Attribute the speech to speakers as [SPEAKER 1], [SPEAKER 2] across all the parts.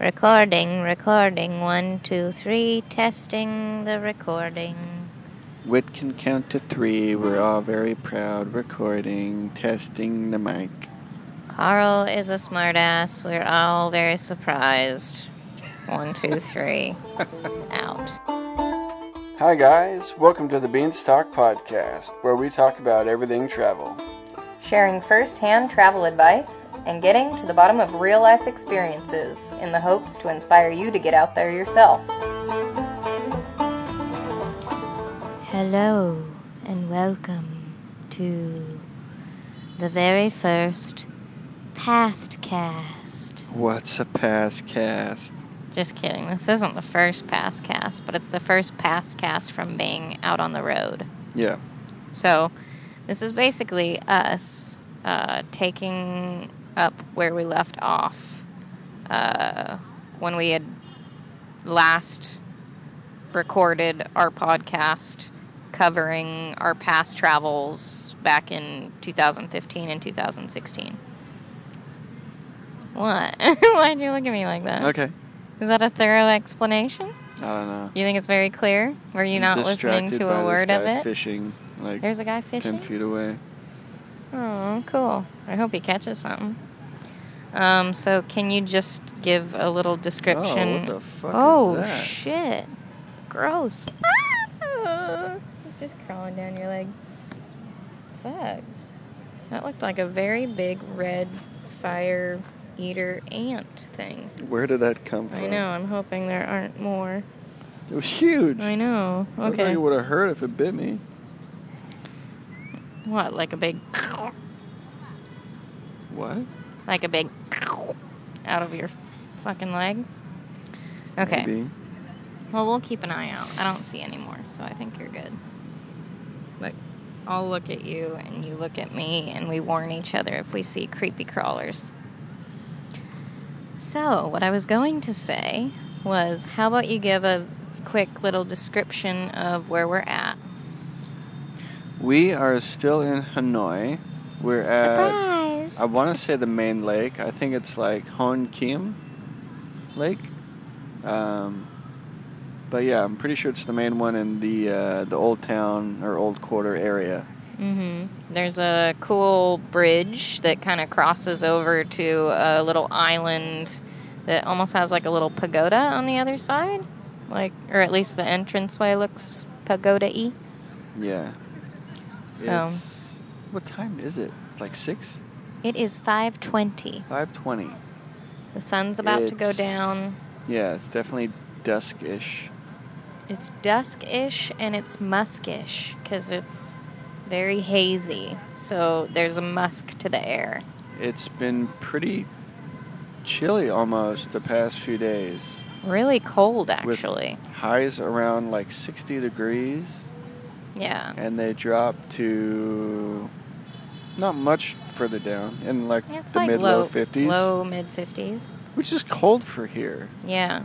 [SPEAKER 1] Recording, recording, one, two, three, testing the recording.
[SPEAKER 2] Wit can count to three. We're all very proud. Recording, testing the mic.
[SPEAKER 1] Carl is a smartass. We're all very surprised. One, two, three, out.
[SPEAKER 3] Hi, guys. Welcome to the Beanstalk Podcast, where we talk about everything travel.
[SPEAKER 4] sharing first-hand travel advice and getting to the bottom of real-life experiences in the hopes to inspire you to get out there yourself.
[SPEAKER 1] Hello and welcome to the very first past cast.
[SPEAKER 2] What's a past cast?
[SPEAKER 1] Just kidding. This isn't the first past cast, but it's the first past cast from being out on the road.
[SPEAKER 2] Yeah.
[SPEAKER 1] So, this is basically us uh, taking up where we left off uh, when we had last recorded our podcast covering our past travels back in 2015 and 2016. What? Why'd you look at me like that?
[SPEAKER 2] Okay.
[SPEAKER 1] Is that a thorough explanation?
[SPEAKER 2] I don't know.
[SPEAKER 1] You think it's very clear? Were you
[SPEAKER 2] I'm
[SPEAKER 1] not listening
[SPEAKER 2] distracted
[SPEAKER 1] to
[SPEAKER 2] by
[SPEAKER 1] a
[SPEAKER 2] this
[SPEAKER 1] word of
[SPEAKER 2] guy
[SPEAKER 1] it?
[SPEAKER 2] Fishing, like
[SPEAKER 1] There's a guy
[SPEAKER 2] ten
[SPEAKER 1] fishing.
[SPEAKER 2] feet away.
[SPEAKER 1] Oh, cool. I hope he catches something. Um, so can you just give a little description?
[SPEAKER 2] Oh, what the fuck
[SPEAKER 1] Oh,
[SPEAKER 2] is that?
[SPEAKER 1] shit. It's gross. it's just crawling down your leg. Fuck. That looked like a very big red fire eater ant thing.
[SPEAKER 2] Where did that come from?
[SPEAKER 1] I know, I'm hoping there aren't more.
[SPEAKER 2] It was huge.
[SPEAKER 1] I know.
[SPEAKER 2] I thought
[SPEAKER 1] Okay.
[SPEAKER 2] you would have heard if it bit me.
[SPEAKER 1] What, like a big
[SPEAKER 2] What?
[SPEAKER 1] like a big out of your fucking leg? Okay.
[SPEAKER 2] Maybe.
[SPEAKER 1] Well, we'll keep an eye out. I don't see any more, so I think you're good. But I'll look at you and you look at me, and we warn each other if we see creepy crawlers. So, what I was going to say was how about you give a quick little description of where we're at?
[SPEAKER 2] We are still in Hanoi. We're at.
[SPEAKER 1] Surprise!
[SPEAKER 2] I want to say the main lake. I think it's like Hon Kim Lake. Um, but yeah, I'm pretty sure it's the main one in the uh, the old town or old quarter area.
[SPEAKER 1] hmm There's a cool bridge that kind of crosses over to a little island that almost has like a little pagoda on the other side, like or at least the entranceway looks pagoda-y.
[SPEAKER 2] Yeah.
[SPEAKER 1] So
[SPEAKER 2] It's- what time is it? Like six?
[SPEAKER 1] it is 5:20.
[SPEAKER 2] Five twenty.
[SPEAKER 1] The sun's about to go
[SPEAKER 2] It's-
[SPEAKER 1] down.
[SPEAKER 2] Yeah, it's definitely dusk-ish.
[SPEAKER 1] It's dusk-ish and it's muskish because it's very hazy. So there's a musk to the air.
[SPEAKER 2] It's been pretty chilly almost the past few days.
[SPEAKER 1] Really cold
[SPEAKER 2] With-
[SPEAKER 1] actually.
[SPEAKER 2] Highs around like 60 degrees.
[SPEAKER 1] yeah.
[SPEAKER 2] and they drop to not much further down in like
[SPEAKER 1] It's
[SPEAKER 2] the
[SPEAKER 1] like
[SPEAKER 2] mid
[SPEAKER 1] low
[SPEAKER 2] low 50s,
[SPEAKER 1] Low mid 50s.
[SPEAKER 2] which is cold for here.
[SPEAKER 1] Yeah.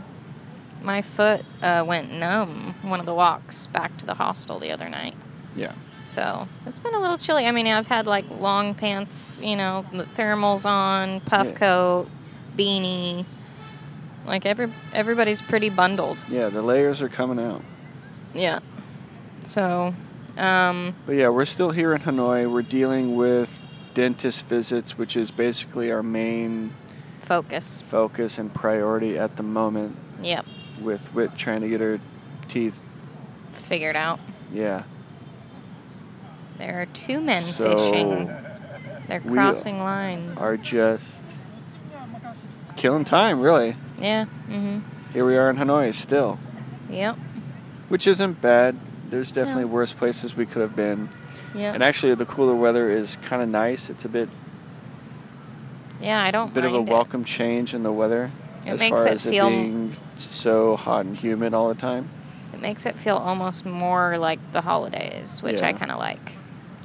[SPEAKER 1] My foot uh, went numb one of the walks back to the hostel the other night.
[SPEAKER 2] Yeah.
[SPEAKER 1] So it's been a little chilly. I mean, I've had like long pants, you know, the thermals on, puff
[SPEAKER 2] Yeah.
[SPEAKER 1] coat, beanie. Like every everybody's pretty bundled.
[SPEAKER 2] Yeah, the layers are coming out.
[SPEAKER 1] Yeah. So, um,
[SPEAKER 2] But yeah, we're still here in Hanoi. We're dealing with dentist visits, which is basically our main
[SPEAKER 1] focus.
[SPEAKER 2] focus and priority at the moment
[SPEAKER 1] Yep.
[SPEAKER 2] with Wit trying to get her teeth.
[SPEAKER 1] Figured out.
[SPEAKER 2] Yeah.
[SPEAKER 1] There are two men
[SPEAKER 2] so
[SPEAKER 1] fishing. They're
[SPEAKER 2] we
[SPEAKER 1] crossing lines.
[SPEAKER 2] are just killing time, really.
[SPEAKER 1] yeah. Mhm.
[SPEAKER 2] Here we are in Hanoi still.
[SPEAKER 1] Yep.
[SPEAKER 2] which isn't bad. There's definitely
[SPEAKER 1] No.
[SPEAKER 2] worse places we could have been.
[SPEAKER 1] Yep.
[SPEAKER 2] And actually, the cooler weather is kind of nice. It's a bit,
[SPEAKER 1] yeah, I don't
[SPEAKER 2] bit of a
[SPEAKER 1] mind it.
[SPEAKER 2] welcome change in the weather
[SPEAKER 1] It
[SPEAKER 2] as
[SPEAKER 1] makes
[SPEAKER 2] far
[SPEAKER 1] it
[SPEAKER 2] as
[SPEAKER 1] feel-
[SPEAKER 2] it being so hot and humid all the time.
[SPEAKER 1] It makes it feel almost more like the holidays, which I
[SPEAKER 2] Yeah.
[SPEAKER 1] kind of like.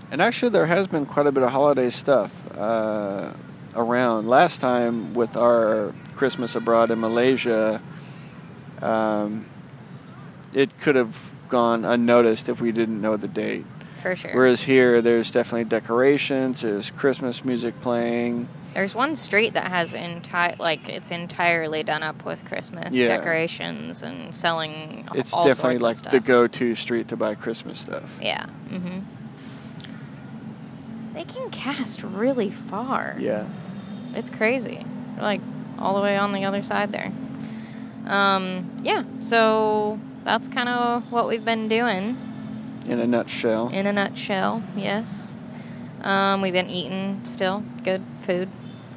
[SPEAKER 2] And actually, there has been quite a bit of holiday stuff uh, around. Last time with our Christmas abroad in Malaysia, um, it could have gone unnoticed if we didn't know the date.
[SPEAKER 1] For sure.
[SPEAKER 2] Whereas here, there's definitely decorations, there's Christmas music playing,
[SPEAKER 1] There's one street that has entire like it's entirely done up with Christmas
[SPEAKER 2] Yeah.
[SPEAKER 1] decorations and selling a-
[SPEAKER 2] It's
[SPEAKER 1] all
[SPEAKER 2] definitely
[SPEAKER 1] sorts
[SPEAKER 2] like
[SPEAKER 1] of stuff.
[SPEAKER 2] the go-to street to buy Christmas stuff.
[SPEAKER 1] Yeah. Mhm. They can cast really far.
[SPEAKER 2] Yeah.
[SPEAKER 1] It's crazy. They're, like all the way on the other side there. Um, yeah, so that's kind of what we've been doing
[SPEAKER 2] In a nutshell.
[SPEAKER 1] in a nutshell. Yes. Um, we've been eating still good food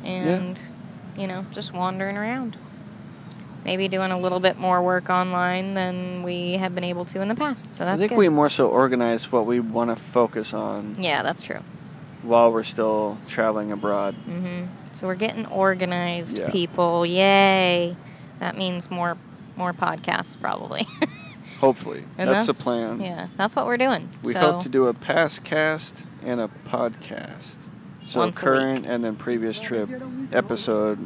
[SPEAKER 1] and you know, just wandering around. Maybe doing a little bit more work online than we have been able to in the past. So that's
[SPEAKER 2] I think
[SPEAKER 1] good.
[SPEAKER 2] we more so organize what we want to focus on
[SPEAKER 1] yeah, that's true.
[SPEAKER 2] while we're still traveling abroad.
[SPEAKER 1] hmm So we're getting organized,
[SPEAKER 2] Yeah.
[SPEAKER 1] people. Yay! That means more more podcasts probably.
[SPEAKER 2] Hopefully,
[SPEAKER 1] And
[SPEAKER 2] that's, the plan.
[SPEAKER 1] Yeah, that's what we're doing.
[SPEAKER 2] We
[SPEAKER 1] so,
[SPEAKER 2] hope to do a past cast and a podcast. So
[SPEAKER 1] Once a week.
[SPEAKER 2] current and then previous trip episode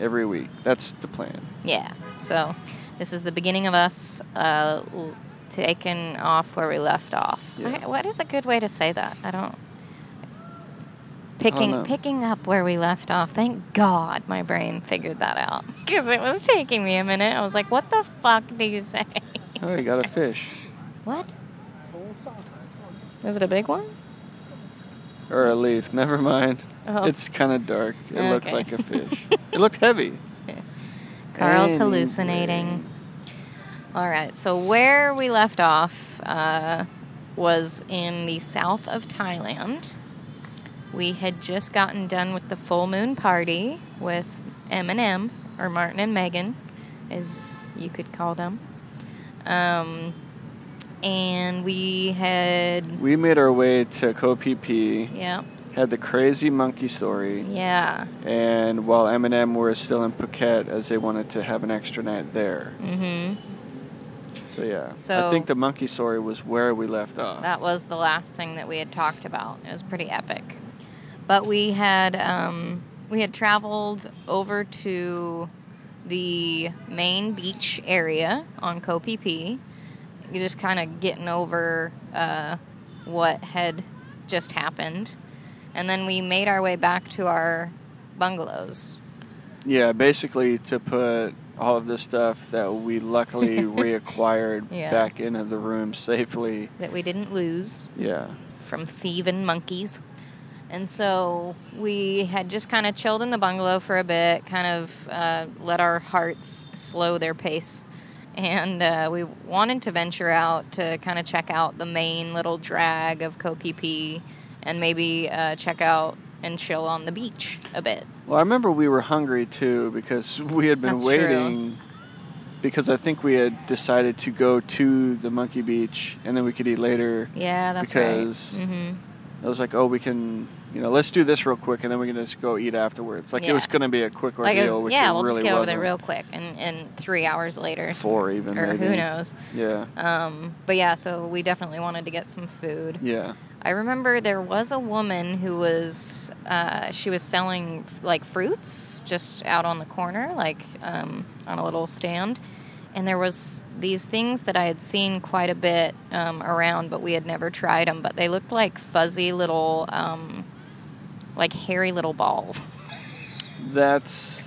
[SPEAKER 2] every week. That's the plan.
[SPEAKER 1] Yeah. So this is the beginning of us uh, l- taking off where we left off.
[SPEAKER 2] Yeah.
[SPEAKER 1] I, what is a good way to say that? I don't. Picking
[SPEAKER 2] know.
[SPEAKER 1] picking up where we left off. Thank God my brain figured that out because it was taking me a minute. I was like, "What the fuck do you say?"
[SPEAKER 2] Oh, you got a fish
[SPEAKER 1] What? Is it a big one?
[SPEAKER 2] or a leaf. Never mind.
[SPEAKER 1] Oh,
[SPEAKER 2] It's kind of dark. It looked
[SPEAKER 1] Okay.
[SPEAKER 2] like a fish. it looked heavy.
[SPEAKER 1] Carl's
[SPEAKER 2] Anyway.
[SPEAKER 1] hallucinating. All right, so where we left off uh, was in the south of Thailand. We had just gotten done with the full moon party with Eminem or Martin and Megan, as you could call them. Um, and we had,
[SPEAKER 2] We made our way to Ko P P,
[SPEAKER 1] yeah,
[SPEAKER 2] had the crazy monkey story,
[SPEAKER 1] yeah,
[SPEAKER 2] and while Eminem were still in Phuket as they wanted to have an extra night there.
[SPEAKER 1] mm-hmm.
[SPEAKER 2] So yeah. I
[SPEAKER 1] So-
[SPEAKER 2] think the monkey story was where we left off.
[SPEAKER 1] That was the last thing that we had talked about. It was pretty epic. But we had um, we had traveled over to the main beach area on Koh Phi Phi. You're just kind of getting over uh, what had just happened, and then we made our way back to our bungalows.
[SPEAKER 2] Yeah, basically to put all of the stuff that we luckily reacquired
[SPEAKER 1] Yeah.
[SPEAKER 2] back into the room safely.
[SPEAKER 1] That we didn't lose.
[SPEAKER 2] Yeah.
[SPEAKER 1] from thieving monkeys. And so we had just kind of chilled in the bungalow for a bit, kind of uh, let our hearts slow their pace. And uh, we wanted to venture out to kind of check out the main little drag of Kokipi and maybe uh, check out and chill on the beach a bit.
[SPEAKER 2] Well, I remember we were hungry too because we had been
[SPEAKER 1] That's true.
[SPEAKER 2] waiting because I think we had decided to go to the Monkey Beach and then we could eat later.
[SPEAKER 1] Yeah, that's
[SPEAKER 2] Because-
[SPEAKER 1] right. hmm
[SPEAKER 2] I was like, "Oh, we can, you know, let's do this real quick and then we can just go eat afterwards." Like
[SPEAKER 1] Yeah.
[SPEAKER 2] it was going to be a quick
[SPEAKER 1] Like
[SPEAKER 2] ordeal,
[SPEAKER 1] it was-
[SPEAKER 2] which
[SPEAKER 1] yeah,
[SPEAKER 2] it
[SPEAKER 1] we'll
[SPEAKER 2] really
[SPEAKER 1] just get over there
[SPEAKER 2] wasn't.
[SPEAKER 1] real quick, and, and three hours later,
[SPEAKER 2] Four even
[SPEAKER 1] or
[SPEAKER 2] maybe.
[SPEAKER 1] who knows.
[SPEAKER 2] Yeah.
[SPEAKER 1] Um, but yeah, so we definitely wanted to get some food.
[SPEAKER 2] Yeah.
[SPEAKER 1] I remember there was a woman who was uh, she was selling like fruits just out on the corner, like um, on a little stand. And there was these things that I had seen quite a bit um, around, but we had never tried them. But they looked like fuzzy little, um, like hairy little balls.
[SPEAKER 2] That's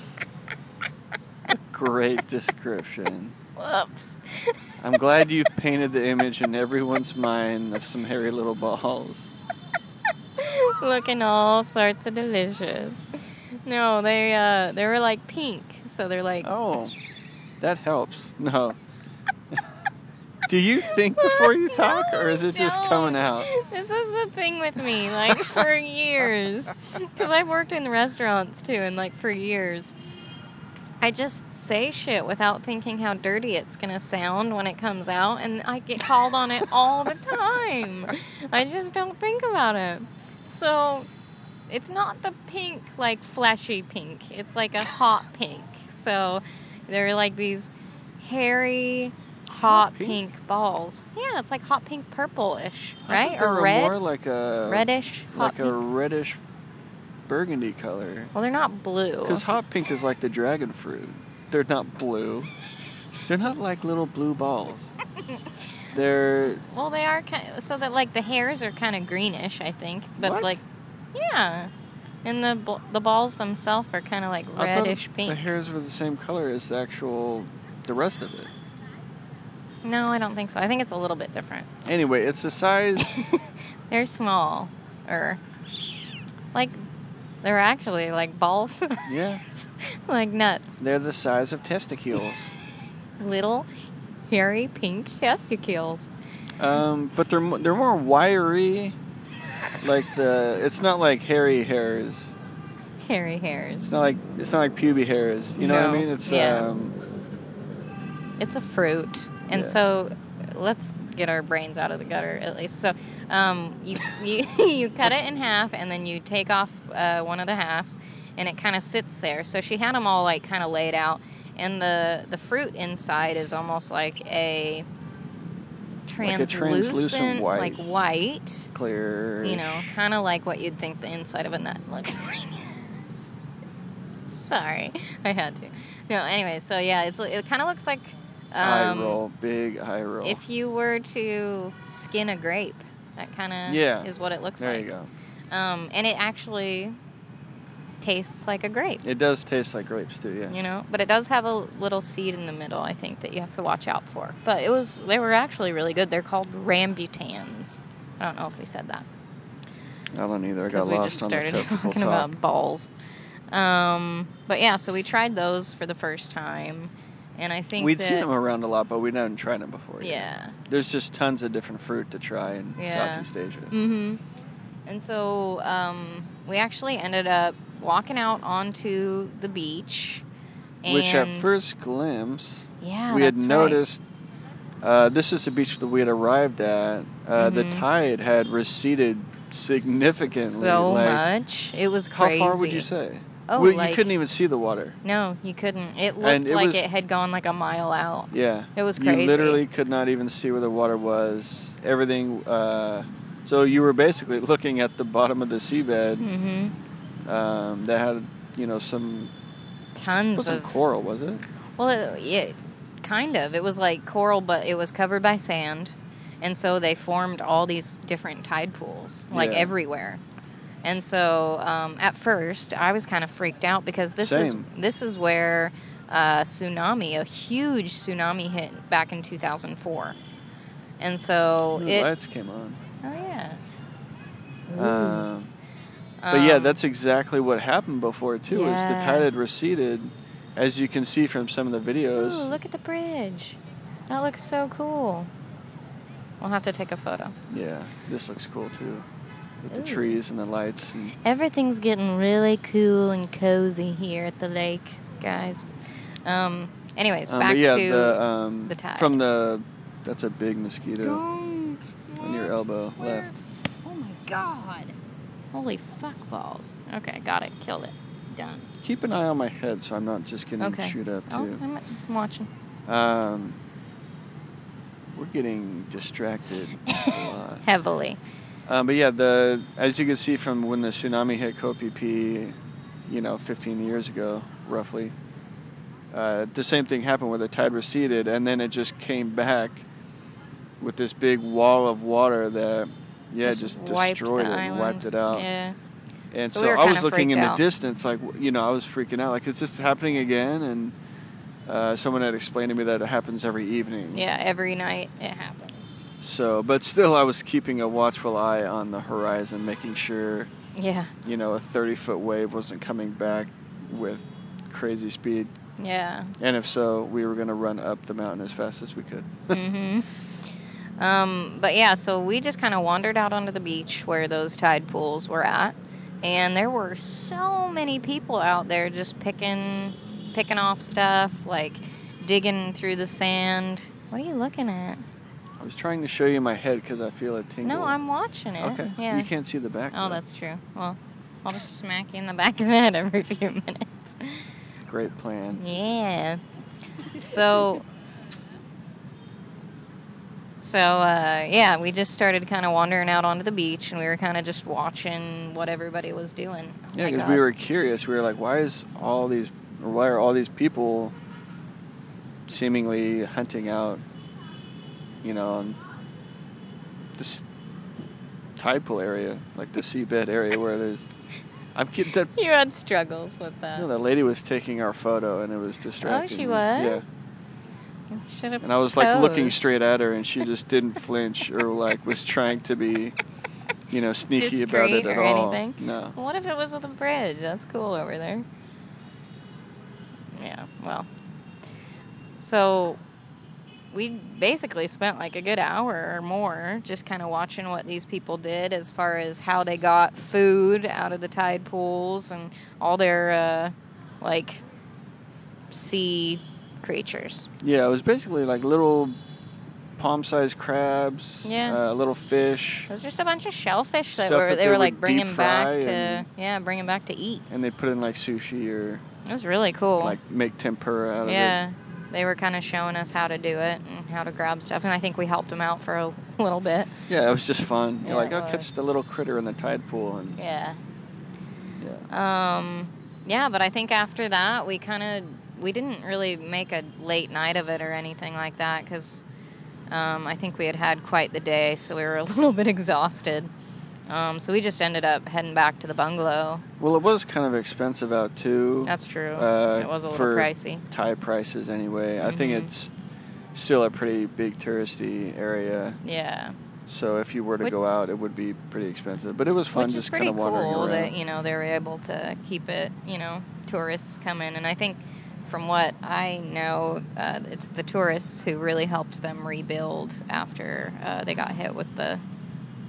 [SPEAKER 2] a great description.
[SPEAKER 1] Whoops.
[SPEAKER 2] I'm glad you painted the image in everyone's mind of some hairy little balls.
[SPEAKER 1] looking all sorts of delicious. No, they uh, they were like pink, so they're like
[SPEAKER 2] Oh, that helps. No. Do you think before you talk, or is it just coming
[SPEAKER 1] don't.
[SPEAKER 2] out?
[SPEAKER 1] This is the thing with me, like for years, because I've worked in restaurants too, and like for years, I just say shit without thinking how dirty it's gonna sound when it comes out, and I get called on it all the time. I just don't think about it. So it's not the pink, like flashy pink. It's like a hot pink. So they're like these hairy, hot
[SPEAKER 2] Hot
[SPEAKER 1] pink.
[SPEAKER 2] pink?
[SPEAKER 1] balls. Yeah, it's like hot pink purple-ish,
[SPEAKER 2] I thought
[SPEAKER 1] right?
[SPEAKER 2] they
[SPEAKER 1] Or
[SPEAKER 2] were
[SPEAKER 1] red,
[SPEAKER 2] More like a
[SPEAKER 1] reddish, hot
[SPEAKER 2] like a
[SPEAKER 1] pink.
[SPEAKER 2] reddish burgundy color.
[SPEAKER 1] Well, they're not blue.
[SPEAKER 2] Because hot pink is like the dragon fruit. They're not blue. They're not like little blue balls. They're
[SPEAKER 1] Well, they are kind so that like the hairs are kind of greenish, I think, but
[SPEAKER 2] What?
[SPEAKER 1] like, yeah. And the bl- the balls themselves are kind of like
[SPEAKER 2] I thought
[SPEAKER 1] reddish pink.
[SPEAKER 2] The hairs were the same color as the actual, the rest of it.
[SPEAKER 1] No, I don't think so. I think it's a little bit different.
[SPEAKER 2] Anyway, it's the size.
[SPEAKER 1] They're small, or like they're actually like balls.
[SPEAKER 2] Yeah.
[SPEAKER 1] like nuts.
[SPEAKER 2] they're the size of testicles.
[SPEAKER 1] Little hairy pink testicles.
[SPEAKER 2] Um, but they're mo- they're more wiry. Like the, it's not like hairy hairs.
[SPEAKER 1] Hairy
[SPEAKER 2] It's
[SPEAKER 1] hairs.
[SPEAKER 2] not like it's not like pubic hairs. You know what
[SPEAKER 1] No.
[SPEAKER 2] I mean? It's
[SPEAKER 1] Yeah.
[SPEAKER 2] um,
[SPEAKER 1] It's a fruit, and
[SPEAKER 2] Yeah.
[SPEAKER 1] so let's get our brains out of the gutter at least. So, um, you you you cut it in half, and then you take off uh, one of the halves, and it kind of sits there. So she had them all like kind of laid out, and the the fruit inside is almost like a translucent,
[SPEAKER 2] translucent white.
[SPEAKER 1] like white.
[SPEAKER 2] clear.
[SPEAKER 1] You know, kind of like what you'd think the inside of a nut looks like. Sorry, I had to. No, anyway, so yeah, it's, it kind of looks like
[SPEAKER 2] eye
[SPEAKER 1] um,
[SPEAKER 2] roll, big eye roll.
[SPEAKER 1] if you were to skin a grape. That kind of
[SPEAKER 2] Yeah,
[SPEAKER 1] is what it looks
[SPEAKER 2] there
[SPEAKER 1] like.
[SPEAKER 2] you go.
[SPEAKER 1] Um, and it actually tastes like a grape,
[SPEAKER 2] It does taste like grapes too. Yeah.
[SPEAKER 1] you know, but it does have a little seed in the middle, I think, that you have to watch out for. But it was they were actually really good. They're called rambutans. I don't know if we said that.
[SPEAKER 2] I don't either. I got
[SPEAKER 1] because we
[SPEAKER 2] lost
[SPEAKER 1] just
[SPEAKER 2] on
[SPEAKER 1] started
[SPEAKER 2] the typical
[SPEAKER 1] talking
[SPEAKER 2] talk.
[SPEAKER 1] about balls. Um, but yeah, so we tried those for the first time, and I think
[SPEAKER 2] We'd
[SPEAKER 1] that,
[SPEAKER 2] seen them around a lot, but we hadn't tried them before. yet.
[SPEAKER 1] Yeah.
[SPEAKER 2] There's just tons of different fruit to try in
[SPEAKER 1] Yeah.
[SPEAKER 2] Southeast Asia.
[SPEAKER 1] hmm And so um, we actually ended up walking out onto the beach. And
[SPEAKER 2] Which at first glimpse,
[SPEAKER 1] yeah,
[SPEAKER 2] we had
[SPEAKER 1] that's right.
[SPEAKER 2] noticed uh, this is the beach that we had arrived at. Uh, The
[SPEAKER 1] Mhm.
[SPEAKER 2] tide had receded significantly.
[SPEAKER 1] so
[SPEAKER 2] like,
[SPEAKER 1] much. It was
[SPEAKER 2] How
[SPEAKER 1] crazy.
[SPEAKER 2] far would you say?
[SPEAKER 1] Oh,
[SPEAKER 2] We-
[SPEAKER 1] like,
[SPEAKER 2] you couldn't even see the water.
[SPEAKER 1] No, you couldn't. It looked
[SPEAKER 2] And it
[SPEAKER 1] like
[SPEAKER 2] was-
[SPEAKER 1] it had gone like a mile out.
[SPEAKER 2] Yeah.
[SPEAKER 1] It was
[SPEAKER 2] You
[SPEAKER 1] crazy.
[SPEAKER 2] literally could not even see where the water was. Everything. Uh, so you were basically looking at the bottom of the seabed
[SPEAKER 1] hmm
[SPEAKER 2] um, that had, you know, some. It
[SPEAKER 1] Tons
[SPEAKER 2] wasn't
[SPEAKER 1] of
[SPEAKER 2] coral, was it?
[SPEAKER 1] Well, it, it kind of. It was like coral, but it was covered by sand, and so they formed all these different tide pools, like
[SPEAKER 2] Yeah.
[SPEAKER 1] everywhere. And so um, at first, I was kind of freaked out because this is
[SPEAKER 2] Same.
[SPEAKER 1] this is where uh, tsunami, a huge tsunami, hit back in 2004. And so
[SPEAKER 2] The
[SPEAKER 1] it.
[SPEAKER 2] lights came on.
[SPEAKER 1] Oh yeah. Ooh.
[SPEAKER 2] Um, but yeah,
[SPEAKER 1] Um,
[SPEAKER 2] that's exactly what happened before too. Is
[SPEAKER 1] yeah.
[SPEAKER 2] the tide had receded, as you can see from some of the videos.
[SPEAKER 1] Ooh, look at the bridge. That looks so cool. We'll have to take a photo.
[SPEAKER 2] Yeah, this looks cool too, with
[SPEAKER 1] Ooh.
[SPEAKER 2] the trees and the lights. And,
[SPEAKER 1] Everything's getting really cool and cozy here at the lake, guys. Um. Anyways,
[SPEAKER 2] um,
[SPEAKER 1] back
[SPEAKER 2] but yeah,
[SPEAKER 1] to
[SPEAKER 2] the, um,
[SPEAKER 1] the tide.
[SPEAKER 2] from the that's a big mosquito on your elbow
[SPEAKER 1] Where-
[SPEAKER 2] left.
[SPEAKER 1] Oh my god! Holy fuck balls. Okay, got it. Killed it. Done.
[SPEAKER 2] Keep an eye on my head so I'm not just getting
[SPEAKER 1] Okay.
[SPEAKER 2] chewed up
[SPEAKER 1] Oh,
[SPEAKER 2] too.
[SPEAKER 1] I'm, I'm watching.
[SPEAKER 2] Um, we're getting distracted a lot.
[SPEAKER 1] Heavily.
[SPEAKER 2] Um, but yeah, the as you can see from when the tsunami hit Kopipi, you know, 15 years ago, roughly, uh, the same thing happened where the tide receded and then it just came back with this big wall of water that, yeah, just,
[SPEAKER 1] wiped
[SPEAKER 2] destroyed it,
[SPEAKER 1] the
[SPEAKER 2] and wiped
[SPEAKER 1] island.
[SPEAKER 2] it out.
[SPEAKER 1] Yeah.
[SPEAKER 2] And
[SPEAKER 1] So
[SPEAKER 2] so,
[SPEAKER 1] we were
[SPEAKER 2] I
[SPEAKER 1] kinda
[SPEAKER 2] was looking
[SPEAKER 1] freaked
[SPEAKER 2] in
[SPEAKER 1] out.
[SPEAKER 2] the distance, like w- you know, I was freaking out, like is this happening again? And uh, someone had explained to me that it happens every evening.
[SPEAKER 1] Yeah. Every night it happens.
[SPEAKER 2] So, but still, I was keeping a watchful eye on the horizon, making sure
[SPEAKER 1] Yeah.
[SPEAKER 2] you know, a 30 foot wave wasn't coming back with crazy speed.
[SPEAKER 1] Yeah.
[SPEAKER 2] And if so, we were going to run up the mountain as fast as we could.
[SPEAKER 1] hmm Um, but yeah, so we just kind of wandered out onto the beach where those tide pools were at, and there were so many people out there just picking, picking off stuff, like digging through the sand. What are you looking at?
[SPEAKER 2] I was trying to show you my head because I feel a tingle.
[SPEAKER 1] No, I'm watching it.
[SPEAKER 2] Okay.
[SPEAKER 1] Yeah.
[SPEAKER 2] You can't see the back.
[SPEAKER 1] Oh,
[SPEAKER 2] though.
[SPEAKER 1] that's true. Well, I'll just smack you in the back of the head every few minutes.
[SPEAKER 2] Great plan.
[SPEAKER 1] Yeah. So. So uh, yeah, we just started kind of wandering out onto the beach, and we were kind of just watching what everybody was doing. Oh
[SPEAKER 2] Yeah,
[SPEAKER 1] my
[SPEAKER 2] because
[SPEAKER 1] God.
[SPEAKER 2] we were curious. We were like, why is all these, or why are all these people seemingly hunting out, you know, on this tide pool area, like the seabed area where there's I'm kidding. That,
[SPEAKER 1] You had struggles with that.
[SPEAKER 2] no, that lady was taking our photo and it was distracting.
[SPEAKER 1] Oh, she
[SPEAKER 2] me.
[SPEAKER 1] was?
[SPEAKER 2] Yeah.
[SPEAKER 1] Should have.
[SPEAKER 2] And I was like looking straight at her and she just didn't flinch or like was trying to be, you know, sneaky about it
[SPEAKER 1] Discreet
[SPEAKER 2] at
[SPEAKER 1] or
[SPEAKER 2] all.
[SPEAKER 1] anything?
[SPEAKER 2] No.
[SPEAKER 1] What if it was at the bridge? That's cool over there. Yeah, well. So we basically spent like a good hour or more just kind of watching what these people did as far as how they got food out of the tide pools and all their uh, like sea creatures.
[SPEAKER 2] Yeah, it was basically like little palm-sized crabs,
[SPEAKER 1] Yeah.
[SPEAKER 2] uh, little fish,
[SPEAKER 1] It was just a bunch of shellfish that
[SPEAKER 2] Stuff
[SPEAKER 1] were
[SPEAKER 2] that
[SPEAKER 1] they,
[SPEAKER 2] they
[SPEAKER 1] were
[SPEAKER 2] would
[SPEAKER 1] like
[SPEAKER 2] deep
[SPEAKER 1] bringing back
[SPEAKER 2] fry
[SPEAKER 1] to
[SPEAKER 2] and-
[SPEAKER 1] yeah bringing back to eat.
[SPEAKER 2] and they put in like sushi or
[SPEAKER 1] It was really cool.
[SPEAKER 2] like make tempura out of it.
[SPEAKER 1] yeah, they were kind of showing us how to do it and how to grab stuff, and I think we helped them out for a little bit.
[SPEAKER 2] Yeah, it was just fun.
[SPEAKER 1] Yeah,
[SPEAKER 2] You're like,
[SPEAKER 1] it
[SPEAKER 2] I'll
[SPEAKER 1] was.
[SPEAKER 2] catch the little critter in the tide pool and
[SPEAKER 1] Yeah.
[SPEAKER 2] yeah.
[SPEAKER 1] Um. Yeah, but I think after that we kind of we didn't really make a late night of it or anything like that because um, I think we had had quite the day, so we were a little bit exhausted. Um, so we just ended up heading back to the bungalow.
[SPEAKER 2] Well, it was kind of expensive out too.
[SPEAKER 1] That's true.
[SPEAKER 2] Uh,
[SPEAKER 1] it was a little
[SPEAKER 2] for-
[SPEAKER 1] pricey.
[SPEAKER 2] Thai prices anyway. I think
[SPEAKER 1] Mhm.
[SPEAKER 2] it's still a pretty big touristy area.
[SPEAKER 1] Yeah.
[SPEAKER 2] So if you were to
[SPEAKER 1] Which-
[SPEAKER 2] go out, it would be pretty expensive. But it was fun
[SPEAKER 1] Which
[SPEAKER 2] just
[SPEAKER 1] is
[SPEAKER 2] kind
[SPEAKER 1] pretty
[SPEAKER 2] of wandering
[SPEAKER 1] cool
[SPEAKER 2] around.
[SPEAKER 1] that you know they were able to keep it. You know, tourists come in, and I think from what I know, uh, it's the tourists who really helped them rebuild after uh, they got hit with the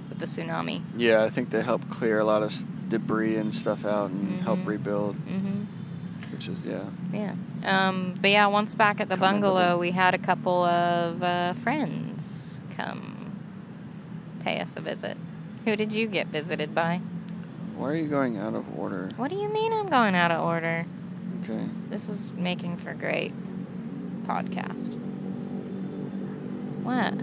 [SPEAKER 1] with the tsunami.
[SPEAKER 2] Yeah, I think they helped clear a lot of s- debris and stuff out and help
[SPEAKER 1] Mhm.
[SPEAKER 2] rebuild,
[SPEAKER 1] hmm
[SPEAKER 2] which is yeah.
[SPEAKER 1] Yeah. Um, but yeah, once back at the
[SPEAKER 2] Commendable.
[SPEAKER 1] bungalow, we had a couple of uh, friends come pay us a visit. Who did you get visited by?
[SPEAKER 2] Why are you going out of order?
[SPEAKER 1] What do you mean I'm going out of order?
[SPEAKER 2] Okay.
[SPEAKER 1] This is making for great podcast. What?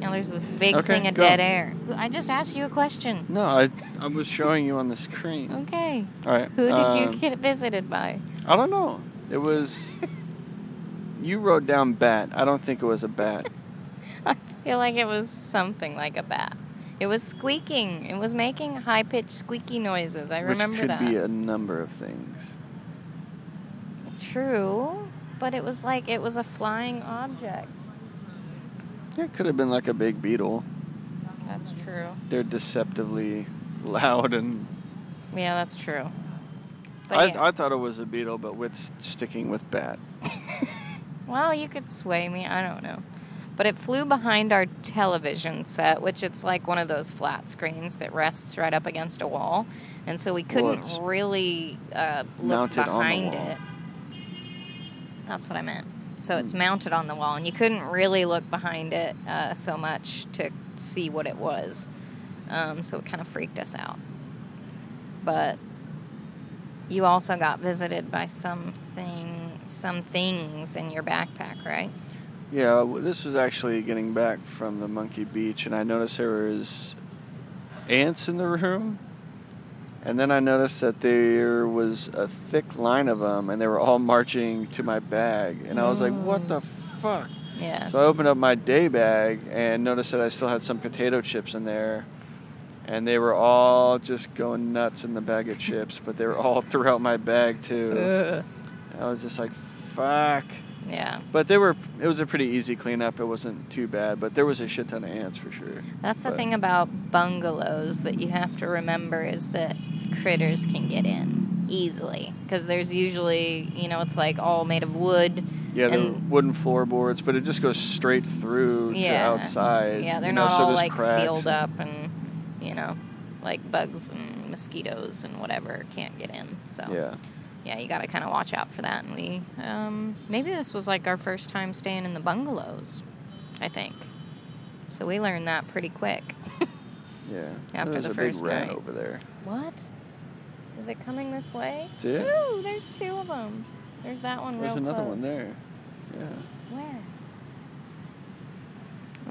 [SPEAKER 1] Now there's this big
[SPEAKER 2] Okay,
[SPEAKER 1] thing of
[SPEAKER 2] go.
[SPEAKER 1] dead air. I just asked you a question.
[SPEAKER 2] No, I I was showing you on the screen.
[SPEAKER 1] Okay.
[SPEAKER 2] All right.
[SPEAKER 1] Who did
[SPEAKER 2] um,
[SPEAKER 1] you get visited by?
[SPEAKER 2] I don't know. It was. you wrote down bat. I don't think it was a bat.
[SPEAKER 1] I feel like it was something like a bat. It was squeaking. It was making high pitched squeaky noises. I remember
[SPEAKER 2] which could
[SPEAKER 1] that.
[SPEAKER 2] be a number of things.
[SPEAKER 1] True. But it was like it was a flying object.
[SPEAKER 2] It could have been like a big beetle.
[SPEAKER 1] That's true.
[SPEAKER 2] They're deceptively loud and.
[SPEAKER 1] Yeah, that's true. But
[SPEAKER 2] I,
[SPEAKER 1] yeah.
[SPEAKER 2] I thought it was a beetle, but with sticking with bat.
[SPEAKER 1] well, you could sway me. I don't know. But it flew behind our television set, which it's like one of those flat screens that rests right up against a wall, and so we
[SPEAKER 2] Well,
[SPEAKER 1] couldn't
[SPEAKER 2] it's
[SPEAKER 1] really uh, look
[SPEAKER 2] mounted on the
[SPEAKER 1] behind
[SPEAKER 2] wall.
[SPEAKER 1] it. That's what I meant. So it's
[SPEAKER 2] Hmm.
[SPEAKER 1] mounted on the wall, and you couldn't really look behind it uh, so much to see what it was. Um, so it kind of freaked us out. But you also got visited by something, some things in your backpack, right?
[SPEAKER 2] Yeah, w- this was actually getting back from the Monkey Beach, and I noticed there was ants in the room. And then I noticed that there was a thick line of them, and they were all marching to my bag. And I was like, what the fuck?
[SPEAKER 1] Yeah.
[SPEAKER 2] So I opened up my day bag and noticed that I still had some potato chips in there. And they were all just going nuts in the bag of chips, but they were all throughout my bag too.
[SPEAKER 1] Ugh.
[SPEAKER 2] I was just like, fuck.
[SPEAKER 1] Yeah.
[SPEAKER 2] But they were, it was a pretty easy cleanup. It wasn't too bad, but there was a shit ton of ants for sure.
[SPEAKER 1] That's the
[SPEAKER 2] But-
[SPEAKER 1] thing about bungalows that you have to remember is that critters can get in easily because there's usually, you know, it's like all made of wood.
[SPEAKER 2] Yeah, there were
[SPEAKER 1] And-
[SPEAKER 2] wooden floorboards, but it just goes straight through to
[SPEAKER 1] Yeah.
[SPEAKER 2] outside.
[SPEAKER 1] Yeah,
[SPEAKER 2] you
[SPEAKER 1] they're
[SPEAKER 2] know,
[SPEAKER 1] not
[SPEAKER 2] so
[SPEAKER 1] all
[SPEAKER 2] there's
[SPEAKER 1] like
[SPEAKER 2] cracks
[SPEAKER 1] sealed
[SPEAKER 2] and-
[SPEAKER 1] up and, you know, like bugs and mosquitoes and whatever can't get in. So
[SPEAKER 2] Yeah.
[SPEAKER 1] yeah, you got to kind of watch out for that. And we, um, maybe this was like our first time staying in the bungalows, I think. So we learned that pretty quick.
[SPEAKER 2] Yeah.
[SPEAKER 1] After
[SPEAKER 2] There's
[SPEAKER 1] the
[SPEAKER 2] a
[SPEAKER 1] first
[SPEAKER 2] big rat
[SPEAKER 1] night.
[SPEAKER 2] over there.
[SPEAKER 1] what? Is it coming this way?
[SPEAKER 2] That's it.
[SPEAKER 1] Ooh, there's two of them. There's that one.
[SPEAKER 2] There's
[SPEAKER 1] real
[SPEAKER 2] another one
[SPEAKER 1] close.
[SPEAKER 2] there. Yeah.
[SPEAKER 1] Where?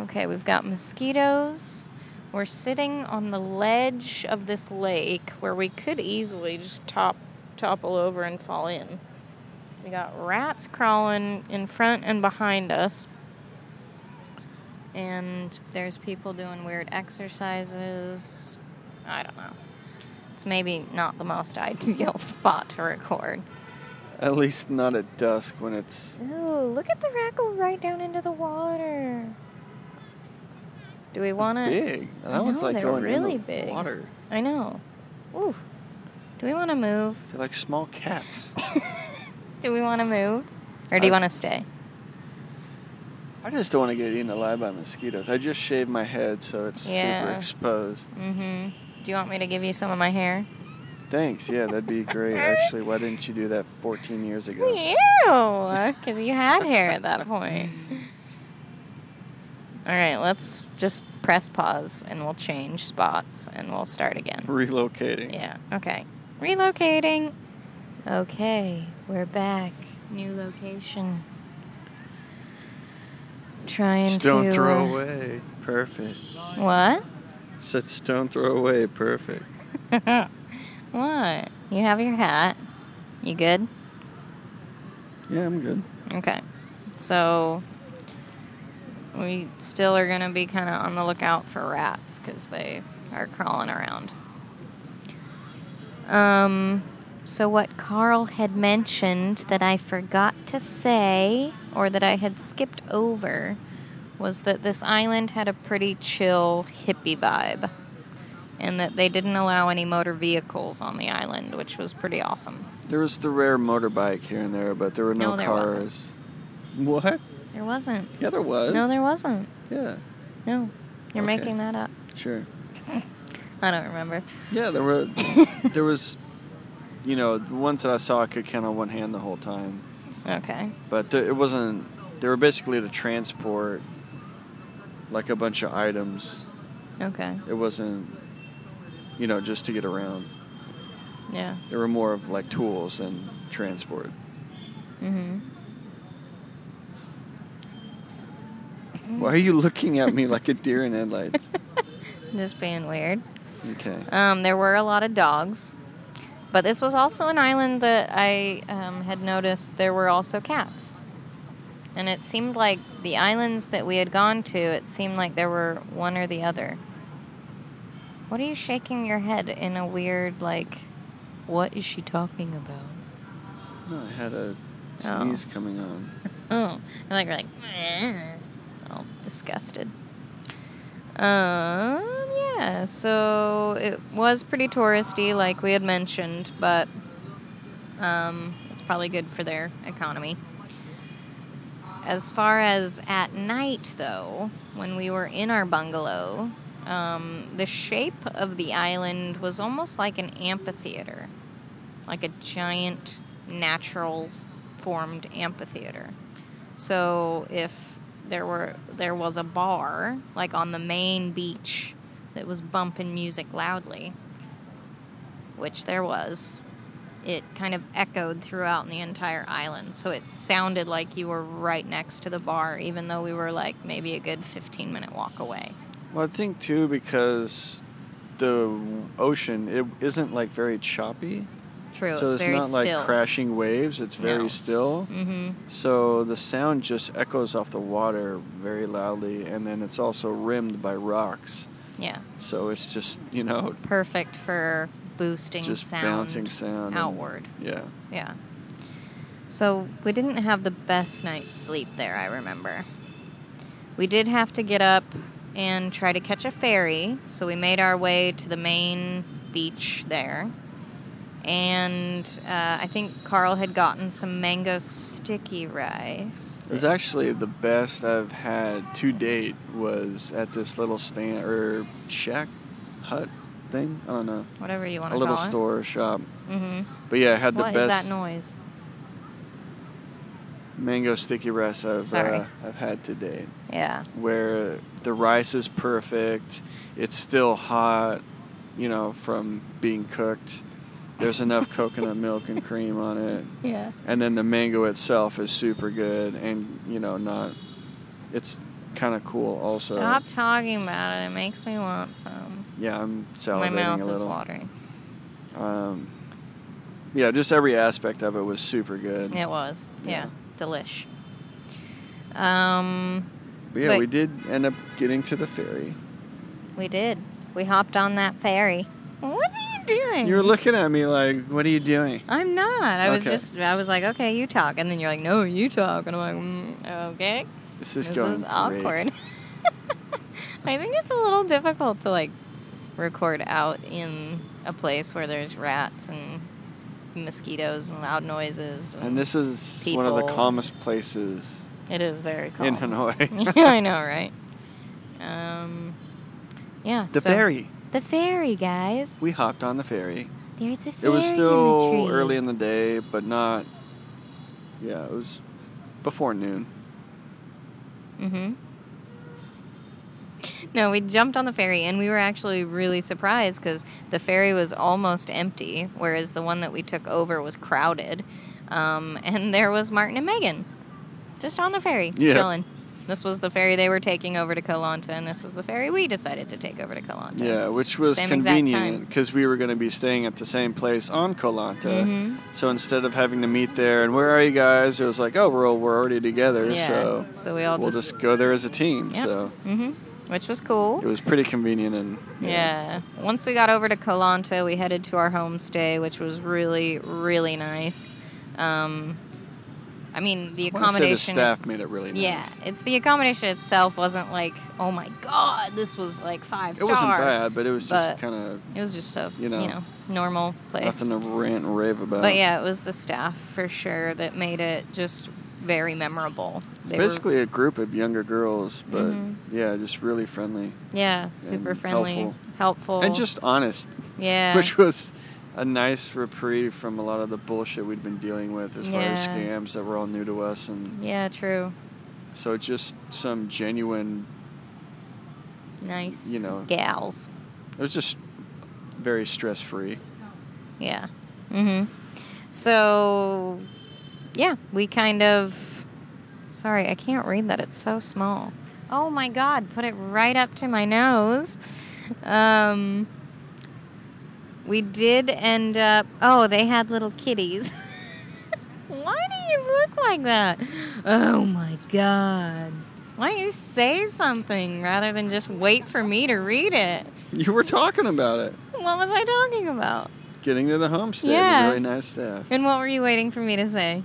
[SPEAKER 1] Okay, we've got mosquitoes. We're sitting on the ledge of this lake where we could easily just top topple over and fall in. We got rats crawling in front and behind us. and there's people doing weird exercises. I don't know. It's maybe not the most ideal spot to record.
[SPEAKER 2] At least not at dusk when it's.
[SPEAKER 1] Ooh, look at the rackle right down into the water. Do we want to?
[SPEAKER 2] Big. That
[SPEAKER 1] I
[SPEAKER 2] one's
[SPEAKER 1] know,
[SPEAKER 2] like
[SPEAKER 1] they're
[SPEAKER 2] going
[SPEAKER 1] really
[SPEAKER 2] in the
[SPEAKER 1] big.
[SPEAKER 2] water.
[SPEAKER 1] I know. Ooh. Do we want to move?
[SPEAKER 2] They're like small cats.
[SPEAKER 1] do we want to move? Or do you
[SPEAKER 2] I-
[SPEAKER 1] want to stay?
[SPEAKER 2] I just don't want to get eaten alive by mosquitoes. I just shaved my head, so it's super
[SPEAKER 1] Yeah.
[SPEAKER 2] exposed.
[SPEAKER 1] Mm-hmm. Do you want me to give you some of my hair?
[SPEAKER 2] Thanks. Yeah, that'd be great. Actually, why didn't you do that 14 years ago?
[SPEAKER 1] Ew, because you had hair at that point. All right, let's just press pause and we'll change spots and we'll start again.
[SPEAKER 2] Relocating.
[SPEAKER 1] Yeah, okay. Relocating. Okay, we're back. New location. Trying
[SPEAKER 2] Just
[SPEAKER 1] to.
[SPEAKER 2] don't
[SPEAKER 1] uh,
[SPEAKER 2] throw away. Perfect.
[SPEAKER 1] What?
[SPEAKER 2] Said just don't throw away. Perfect.
[SPEAKER 1] what? You have your hat. You good?
[SPEAKER 2] Yeah, I'm good.
[SPEAKER 1] Okay. So we still are going to be kind of on the lookout for rats because they are crawling around. Um, so what Carl had mentioned that I forgot to say or that I had skipped over was that this island had a pretty chill hippie vibe and that they didn't allow any motor vehicles on the island, which was pretty awesome.
[SPEAKER 2] There was the rare motorbike here and there, but there were no,
[SPEAKER 1] No, there
[SPEAKER 2] cars.
[SPEAKER 1] wasn't.
[SPEAKER 2] What?
[SPEAKER 1] There wasn't.
[SPEAKER 2] Yeah, there was.
[SPEAKER 1] No, there wasn't.
[SPEAKER 2] Yeah,
[SPEAKER 1] No, you're
[SPEAKER 2] Okay.
[SPEAKER 1] making that up.
[SPEAKER 2] sure.
[SPEAKER 1] I don't remember.
[SPEAKER 2] Yeah, there were. there was. You know, the ones that I saw I could count on one hand the whole time,
[SPEAKER 1] Okay.
[SPEAKER 2] but th- it wasn't. They were basically to transport like a bunch of items.
[SPEAKER 1] Okay.
[SPEAKER 2] It wasn't. You know, just to get around.
[SPEAKER 1] Yeah.
[SPEAKER 2] They were more of like tools and transport.
[SPEAKER 1] Mhm. Mm.
[SPEAKER 2] Why are you looking at me like a deer in headlights?
[SPEAKER 1] Just being weird.
[SPEAKER 2] Okay.
[SPEAKER 1] Um, there were a lot of dogs, but this was also an island that I um, had noticed there were also cats. And it seemed like the islands that we had gone to, it seemed like there were one or the other. What are you shaking your head in a weird, like, what is she talking about?
[SPEAKER 2] No, I had a
[SPEAKER 1] Oh.
[SPEAKER 2] sneeze coming on.
[SPEAKER 1] Oh, and like we're like, "Meh." all disgusted. Um, yeah. So it was pretty touristy, like we had mentioned, but um, it's probably good for their economy. As far as at night, though, when we were in our bungalow, um, the shape of the island was almost like an amphitheater, like a giant natural formed amphitheater. So if there were there was a bar like on the main beach that was bumping music loudly, which there was, it kind of echoed throughout the entire island. So it sounded like you were right next to the bar, even though we were like maybe a good 15 minute walk away.
[SPEAKER 2] Well, I think too because the ocean it isn't like very choppy,
[SPEAKER 1] True,
[SPEAKER 2] so
[SPEAKER 1] it's,
[SPEAKER 2] it's,
[SPEAKER 1] very
[SPEAKER 2] not like
[SPEAKER 1] still.
[SPEAKER 2] crashing waves. It's very
[SPEAKER 1] No.
[SPEAKER 2] still,
[SPEAKER 1] hmm
[SPEAKER 2] so the sound just echoes off the water very loudly, and then it's also rimmed by rocks.
[SPEAKER 1] Yeah,
[SPEAKER 2] So it's just you know
[SPEAKER 1] perfect for boosting
[SPEAKER 2] just
[SPEAKER 1] sound
[SPEAKER 2] bouncing sound and-
[SPEAKER 1] outward.
[SPEAKER 2] yeah,
[SPEAKER 1] Yeah. So we didn't have the best night's sleep there, I remember. We did have to get up and try to catch a ferry, so we made our way to the main beach there. And uh, I think Carl had gotten some mango sticky rice.
[SPEAKER 2] it was actually the best I've had to date was at this little stand or shack, hut thing. I don't know,
[SPEAKER 1] Whatever you want
[SPEAKER 2] a
[SPEAKER 1] to
[SPEAKER 2] little
[SPEAKER 1] call it.
[SPEAKER 2] store or shop.
[SPEAKER 1] Mm-hmm.
[SPEAKER 2] But yeah, I had the
[SPEAKER 1] What is
[SPEAKER 2] best.
[SPEAKER 1] that noise?
[SPEAKER 2] mango sticky rice I've,
[SPEAKER 1] Sorry.
[SPEAKER 2] uh, I've had today,
[SPEAKER 1] Yeah.
[SPEAKER 2] where the rice is perfect, it's still hot, you know, from being cooked. There's enough coconut milk and cream on it,
[SPEAKER 1] Yeah.
[SPEAKER 2] and then the mango itself is super good, and you know, not. It's kind of cool, also.
[SPEAKER 1] Stop talking about it. It makes me want some.
[SPEAKER 2] Yeah, I'm salivating
[SPEAKER 1] My
[SPEAKER 2] a
[SPEAKER 1] mouth
[SPEAKER 2] little.
[SPEAKER 1] is watering.
[SPEAKER 2] Um, yeah, just every aspect of it was super good.
[SPEAKER 1] It was, yeah,
[SPEAKER 2] Yeah.
[SPEAKER 1] delish. Um,
[SPEAKER 2] But yeah,
[SPEAKER 1] But-
[SPEAKER 2] we did end up getting to the ferry.
[SPEAKER 1] We did. We hopped on that ferry. What are you doing?
[SPEAKER 2] You were looking at me like, "What are you doing?"
[SPEAKER 1] I'm not. I was
[SPEAKER 2] Okay.
[SPEAKER 1] just. I was like, okay, you talk, and then you're like, no, you talk, and I'm like, mm, okay.
[SPEAKER 2] This is
[SPEAKER 1] this
[SPEAKER 2] going
[SPEAKER 1] is
[SPEAKER 2] great.
[SPEAKER 1] awkward. I think it's a little difficult to like record out in a place where there's rats and mosquitoes and loud noises. And,
[SPEAKER 2] And this is one of the
[SPEAKER 1] People.
[SPEAKER 2] calmest places
[SPEAKER 1] it is very calm.
[SPEAKER 2] in Hanoi.
[SPEAKER 1] yeah, I know, right? Um, yeah.
[SPEAKER 2] the
[SPEAKER 1] so-
[SPEAKER 2] ferry.
[SPEAKER 1] The ferry, guys.
[SPEAKER 2] We hopped on the ferry.
[SPEAKER 1] There's a ferry.
[SPEAKER 2] It was
[SPEAKER 1] in the
[SPEAKER 2] still
[SPEAKER 1] tree.
[SPEAKER 2] early in the day, but not. Yeah, it was before noon.
[SPEAKER 1] Mm-hmm. No, we jumped on the ferry and we were actually really surprised because the ferry was almost empty, whereas the one that we took over was crowded. Um, and there was Martin and Megan just on the ferry,
[SPEAKER 2] Yeah.
[SPEAKER 1] chilling. This was the ferry they were taking over to Koh Lanta, and this was the ferry we decided to take over to Koh Lanta.
[SPEAKER 2] Yeah, which was
[SPEAKER 1] Same exact
[SPEAKER 2] convenient because we were going to be staying at the same place on Koh Lanta.
[SPEAKER 1] hmm
[SPEAKER 2] So instead of having to meet there and where are you guys, it was like, oh, we're all, we're already together,
[SPEAKER 1] Yeah.
[SPEAKER 2] so
[SPEAKER 1] So we all
[SPEAKER 2] we'll
[SPEAKER 1] just.
[SPEAKER 2] just go there as a team.
[SPEAKER 1] Yep.
[SPEAKER 2] So
[SPEAKER 1] hmm Which was cool.
[SPEAKER 2] it was pretty convenient and
[SPEAKER 1] Yeah. Once we got over to Koh Lanta, we headed to our homestay, which was really, really nice. Um, I mean, the
[SPEAKER 2] I wanna say the
[SPEAKER 1] accommodation.
[SPEAKER 2] staff
[SPEAKER 1] it's-
[SPEAKER 2] made it really nice.
[SPEAKER 1] Yeah, it's the accommodation itself wasn't like, oh my god, this was like five
[SPEAKER 2] It
[SPEAKER 1] star.
[SPEAKER 2] wasn't bad, but it was
[SPEAKER 1] but
[SPEAKER 2] just kind of
[SPEAKER 1] It was just so
[SPEAKER 2] You
[SPEAKER 1] you
[SPEAKER 2] know,
[SPEAKER 1] know, normal place.
[SPEAKER 2] nothing to rant and rave about.
[SPEAKER 1] But yeah, it was the staff for sure that made it just very memorable. They were-
[SPEAKER 2] basically a group of younger girls, but
[SPEAKER 1] Mhm.
[SPEAKER 2] yeah, just really friendly
[SPEAKER 1] yeah, super
[SPEAKER 2] and
[SPEAKER 1] friendly,
[SPEAKER 2] helpful.
[SPEAKER 1] helpful.
[SPEAKER 2] and just honest,
[SPEAKER 1] yeah.
[SPEAKER 2] which was a nice reprieve from a lot of the bullshit we'd been dealing with as far as
[SPEAKER 1] Yeah.
[SPEAKER 2] scams that were all new to us and
[SPEAKER 1] yeah, true.
[SPEAKER 2] so just some genuine
[SPEAKER 1] Nice
[SPEAKER 2] You know.
[SPEAKER 1] gals.
[SPEAKER 2] it was just very stress free.
[SPEAKER 1] Yeah. Mhm. So yeah, we kind of Sorry, I can't read that. It's so small. Oh my god, put it right up to my nose. Um we did end up Oh, they had little kitties. Why do you look like that? Oh my god. Why don't you say something rather than just wait for me to read it?
[SPEAKER 2] You were talking about it.
[SPEAKER 1] What was I talking about?
[SPEAKER 2] Getting to the homestead
[SPEAKER 1] Yeah.
[SPEAKER 2] was really nice staff.
[SPEAKER 1] And what were you waiting for me to say?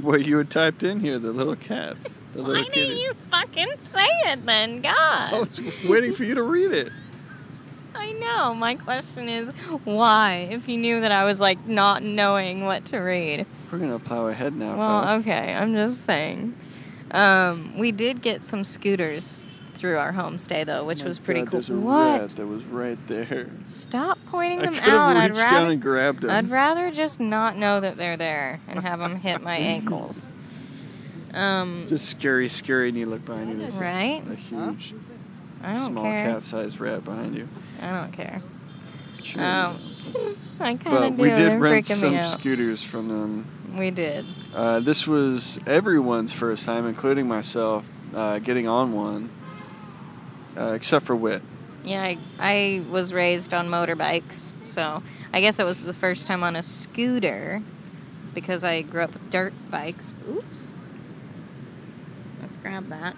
[SPEAKER 2] Well, you had typed in here the little cats. The
[SPEAKER 1] Why
[SPEAKER 2] little
[SPEAKER 1] didn't
[SPEAKER 2] kitty.
[SPEAKER 1] you fucking say it then? God.
[SPEAKER 2] I was waiting for you to read it.
[SPEAKER 1] I know. My question is why? If you knew that I was like not knowing what to read.
[SPEAKER 2] We're gonna plow ahead now.
[SPEAKER 1] Well,
[SPEAKER 2] folks.
[SPEAKER 1] okay. I'm just saying. Um, we did get some scooters through our homestay though, which
[SPEAKER 2] Oh My
[SPEAKER 1] was pretty
[SPEAKER 2] God,
[SPEAKER 1] cool.
[SPEAKER 2] There's a
[SPEAKER 1] What?
[SPEAKER 2] rat that was right there.
[SPEAKER 1] Stop pointing
[SPEAKER 2] I
[SPEAKER 1] them
[SPEAKER 2] could
[SPEAKER 1] out.
[SPEAKER 2] have
[SPEAKER 1] I'd
[SPEAKER 2] reached down
[SPEAKER 1] rather
[SPEAKER 2] and grabbed him.
[SPEAKER 1] I'd rather just not know that they're there and have them hit my ankles. Um,
[SPEAKER 2] Just scary, scary, and you look behind you. There's this-
[SPEAKER 1] Right?
[SPEAKER 2] A huge,
[SPEAKER 1] I don't
[SPEAKER 2] small
[SPEAKER 1] care.
[SPEAKER 2] cat-sized rat behind you.
[SPEAKER 1] I don't care.
[SPEAKER 2] Sure.
[SPEAKER 1] Um, I kind
[SPEAKER 2] but
[SPEAKER 1] of do.
[SPEAKER 2] we did
[SPEAKER 1] They're
[SPEAKER 2] rent
[SPEAKER 1] freaking
[SPEAKER 2] some
[SPEAKER 1] me out.
[SPEAKER 2] scooters from them.
[SPEAKER 1] we did.
[SPEAKER 2] Uh, this was everyone's first time, including myself, uh, getting on one, uh, except for Wit.
[SPEAKER 1] Yeah, I, I was raised on motorbikes, so I guess it was the first time on a scooter because I grew up with dirt bikes. Oops. Let's grab that.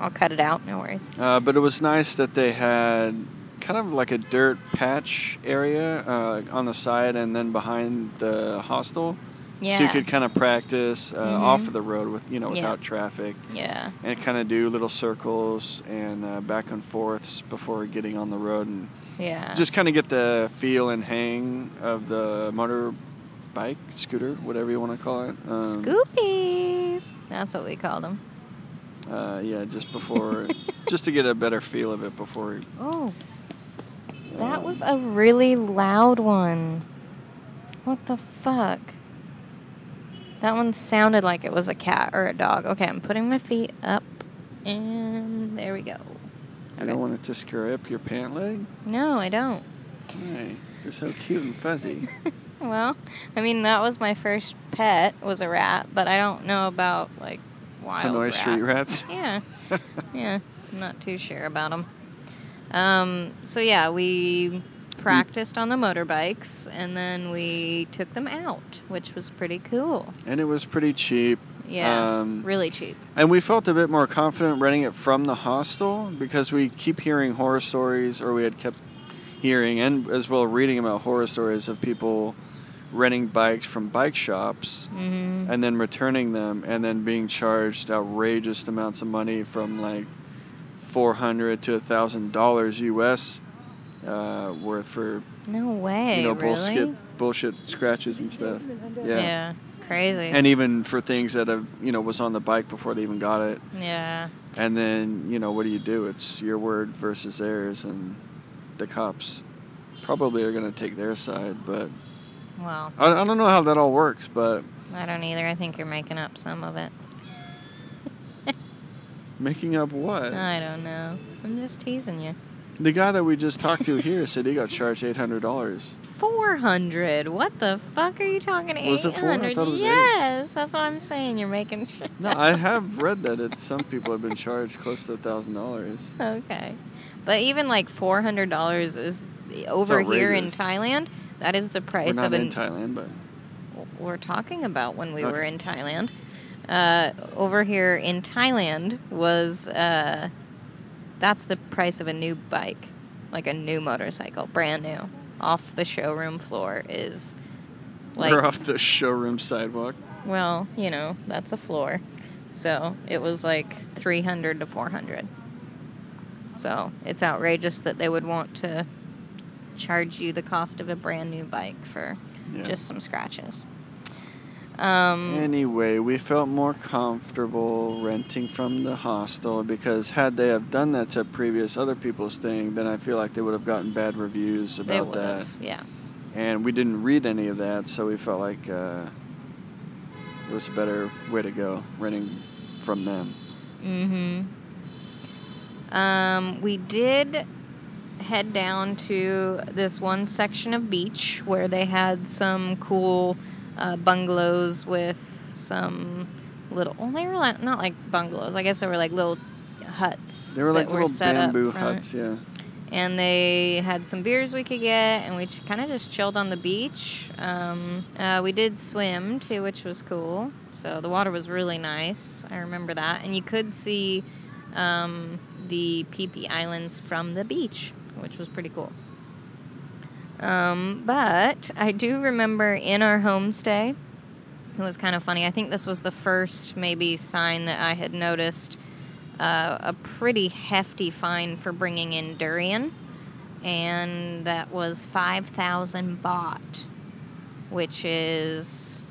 [SPEAKER 1] I'll cut it out. No worries.
[SPEAKER 2] Uh, but it was nice that they had kind of like a dirt patch area uh, on the side and then behind the hostel,
[SPEAKER 1] Yeah.
[SPEAKER 2] so you could kind of practice uh,
[SPEAKER 1] Mhm.
[SPEAKER 2] off of the road with you know
[SPEAKER 1] Yeah.
[SPEAKER 2] without traffic
[SPEAKER 1] yeah.
[SPEAKER 2] and kind of do little circles and uh, back and forths before getting on the road and
[SPEAKER 1] Yeah.
[SPEAKER 2] just kind of get the feel and hang of the motor bike scooter whatever you want to call it um,
[SPEAKER 1] Scoopies. That's what we called them.
[SPEAKER 2] uh, yeah just before just to get a better feel of it before
[SPEAKER 1] Oh, That
[SPEAKER 2] um,
[SPEAKER 1] was a really loud one. What the fuck? That one sounded like it was a cat or a dog. Okay, I'm putting my feet up, and there we go.
[SPEAKER 2] you don't want it to scare up your pant leg
[SPEAKER 1] No, I don't.
[SPEAKER 2] Hey, they're so cute and fuzzy.
[SPEAKER 1] Well, I mean that was my first pet was a rat, but I don't know about like wild
[SPEAKER 2] Hanoi
[SPEAKER 1] rats.
[SPEAKER 2] street rats.
[SPEAKER 1] Yeah. Yeah, I'm not too sure about them. Um, so yeah, we practiced on the motorbikes and then we took them out, which was pretty cool.
[SPEAKER 2] and it was pretty cheap.
[SPEAKER 1] Yeah.
[SPEAKER 2] Um,
[SPEAKER 1] really cheap.
[SPEAKER 2] and we felt a bit more confident renting it from the hostel because we keep hearing horror stories, or we had kept hearing and as well reading about horror stories of people renting bikes from bike shops
[SPEAKER 1] Mm-hmm.
[SPEAKER 2] and then returning them and then being charged outrageous amounts of money from like 400 to a thousand dollars US uh, worth for
[SPEAKER 1] no way.
[SPEAKER 2] you know
[SPEAKER 1] really?
[SPEAKER 2] bullshit bullshit scratches and stuff yeah.
[SPEAKER 1] yeah. Crazy.
[SPEAKER 2] and even for things that have you know was on the bike before they even got it
[SPEAKER 1] yeah.
[SPEAKER 2] and then you know what do you do it's your word versus theirs and the cops probably are going to take their side but
[SPEAKER 1] Well,
[SPEAKER 2] I, I don't know how that all works but
[SPEAKER 1] I don't either. I think you're making up some of it.
[SPEAKER 2] making up what
[SPEAKER 1] I don't know. I'm just teasing you.
[SPEAKER 2] The guy that we just talked to here said he got charged eight hundred dollars.
[SPEAKER 1] 400. What the fuck are you talking?
[SPEAKER 2] Was it four? I
[SPEAKER 1] 800.
[SPEAKER 2] thought it was eight.
[SPEAKER 1] yes, that's what I'm saying. You're making shit.
[SPEAKER 2] No,
[SPEAKER 1] up.
[SPEAKER 2] I have read that it, some people have been charged close to a thousand dollars.
[SPEAKER 1] Okay. But even like $400 is over here in
[SPEAKER 2] outrageous.
[SPEAKER 1] Thailand. That is the
[SPEAKER 2] We're
[SPEAKER 1] price
[SPEAKER 2] not
[SPEAKER 1] of
[SPEAKER 2] in
[SPEAKER 1] an
[SPEAKER 2] Thailand, but
[SPEAKER 1] we're talking about when we
[SPEAKER 2] Okay.
[SPEAKER 1] were in Thailand. Uh, over here in Thailand was uh, that's the price of a new bike, like a new motorcycle, brand new, off the showroom floor is like
[SPEAKER 2] we're off the showroom sidewalk.
[SPEAKER 1] well, you know that's a floor, so it was like 300 to 400. So it's outrageous that they would want to charge you the cost of a brand new bike for
[SPEAKER 2] Yeah.
[SPEAKER 1] just some scratches. Um,
[SPEAKER 2] Anyway, we felt more comfortable renting from the hostel because had they have done that to previous other people's thing, then I feel like they would have gotten bad reviews
[SPEAKER 1] they
[SPEAKER 2] about
[SPEAKER 1] would
[SPEAKER 2] that.
[SPEAKER 1] have, yeah.
[SPEAKER 2] And we didn't read any of that, so we felt like uh, it was a better way to go renting from them.
[SPEAKER 1] Mm-hmm. Um, we did head down to this one section of beach where they had some cool uh, bungalows with some little. Well, they were like, not like bungalows. I guess they were like little huts.
[SPEAKER 2] They were like
[SPEAKER 1] that
[SPEAKER 2] little
[SPEAKER 1] set up
[SPEAKER 2] bamboo
[SPEAKER 1] front.
[SPEAKER 2] huts, yeah.
[SPEAKER 1] and they had some beers we could get, and we kind of just chilled on the beach. Um, uh, we did swim too, which was cool. So the water was really nice. I remember that, and you could see um, the Phi Phi Islands from the beach, which was pretty cool. Um, but I do remember in our homestay, it was kind of funny. I think this was the first maybe sign that I had noticed uh, a pretty hefty fine for bringing in durian, and that was 5,000 baht, which is.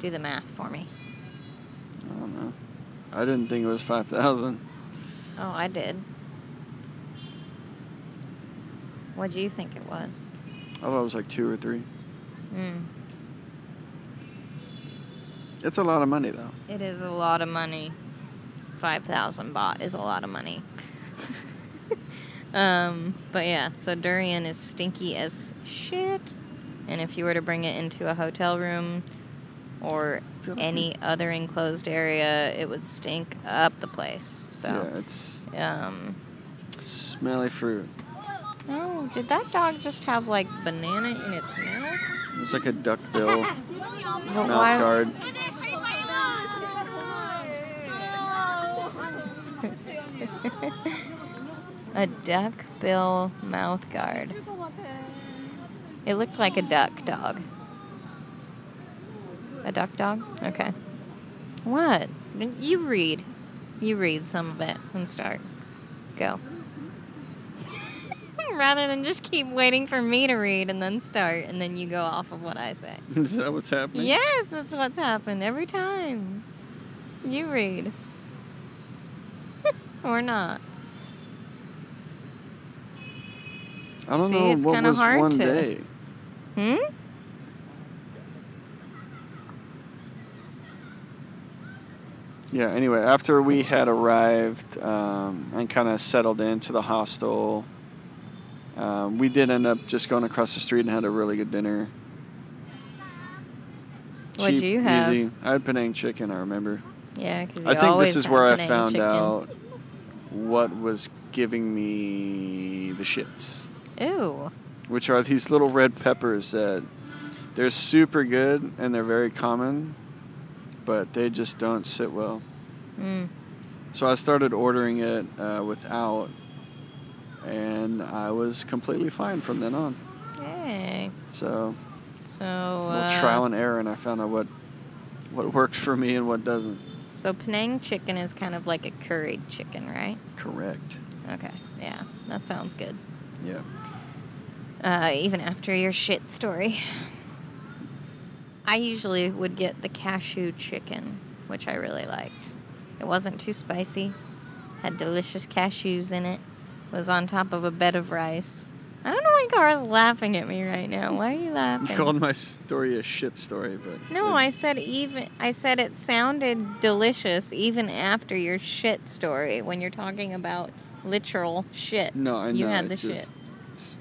[SPEAKER 1] Do the math for me.
[SPEAKER 2] I don't know. I didn't think it was five thousand.
[SPEAKER 1] Oh, I did. What do you think it was?
[SPEAKER 2] I thought it was like two or three.
[SPEAKER 1] Mm,
[SPEAKER 2] It's a lot of money though.
[SPEAKER 1] it is a lot of money. 5,000 baht is a lot of money. um, but yeah, so durian is stinky as shit. And if you were to bring it into a hotel room or
[SPEAKER 2] I feel like
[SPEAKER 1] any other enclosed area, it would stink up the place.
[SPEAKER 2] we-
[SPEAKER 1] So,
[SPEAKER 2] Yeah, it's
[SPEAKER 1] um,
[SPEAKER 2] smelly fruit.
[SPEAKER 1] oh, did that dog just have like banana in its mouth?
[SPEAKER 2] It's like a duck bill
[SPEAKER 1] Well,
[SPEAKER 2] mouth
[SPEAKER 1] why-
[SPEAKER 2] guard.
[SPEAKER 1] a duck bill mouth guard. It looked like a duck dog. A duck dog? Okay. What? You read. You read some of it and start. Go. Rather than just keep waiting for me to read and then start and then you go off of what I say.
[SPEAKER 2] Is that what's happening?
[SPEAKER 1] Yes, that's what's happened every time. You read. or not.
[SPEAKER 2] I don't
[SPEAKER 1] See,
[SPEAKER 2] know
[SPEAKER 1] it's
[SPEAKER 2] what
[SPEAKER 1] kinda
[SPEAKER 2] was
[SPEAKER 1] hard
[SPEAKER 2] one
[SPEAKER 1] to-
[SPEAKER 2] day.
[SPEAKER 1] Hmm?
[SPEAKER 2] Yeah. Anyway, after we had arrived um, and kind of settled into the hostel, um, we did end up just going across the street and had a really good dinner.
[SPEAKER 1] What'd
[SPEAKER 2] Cheap,
[SPEAKER 1] you have?
[SPEAKER 2] Easy. I had Penang chicken. I remember.
[SPEAKER 1] Yeah, because
[SPEAKER 2] I think this is where I found out what was giving me the shits,
[SPEAKER 1] Ooh.
[SPEAKER 2] which are these little red peppers that they're super good and they're very common, but they just don't sit well.
[SPEAKER 1] Mm.
[SPEAKER 2] So I started ordering it uh, without, and I was completely fine from then on.
[SPEAKER 1] Yay.
[SPEAKER 2] So
[SPEAKER 1] So
[SPEAKER 2] a little
[SPEAKER 1] uh,
[SPEAKER 2] trial and error, and I found out what what works for me and what doesn't.
[SPEAKER 1] so Penang chicken is kind of like a curried chicken, right?
[SPEAKER 2] Correct.
[SPEAKER 1] Okay. Yeah, that sounds good.
[SPEAKER 2] Yeah.
[SPEAKER 1] Uh, even after your shit story. I usually would get the cashew chicken, which I really liked. It wasn't too spicy, had delicious cashews in it, was on top of a bed of rice. I don't know why Cara's laughing at me right now. Why are you laughing?
[SPEAKER 2] You called my story a shit story, but
[SPEAKER 1] No, I said even I said it sounded delicious even after your shit story when you're talking about literal shit.
[SPEAKER 2] No, I
[SPEAKER 1] You
[SPEAKER 2] know,
[SPEAKER 1] had the
[SPEAKER 2] it just-
[SPEAKER 1] shits.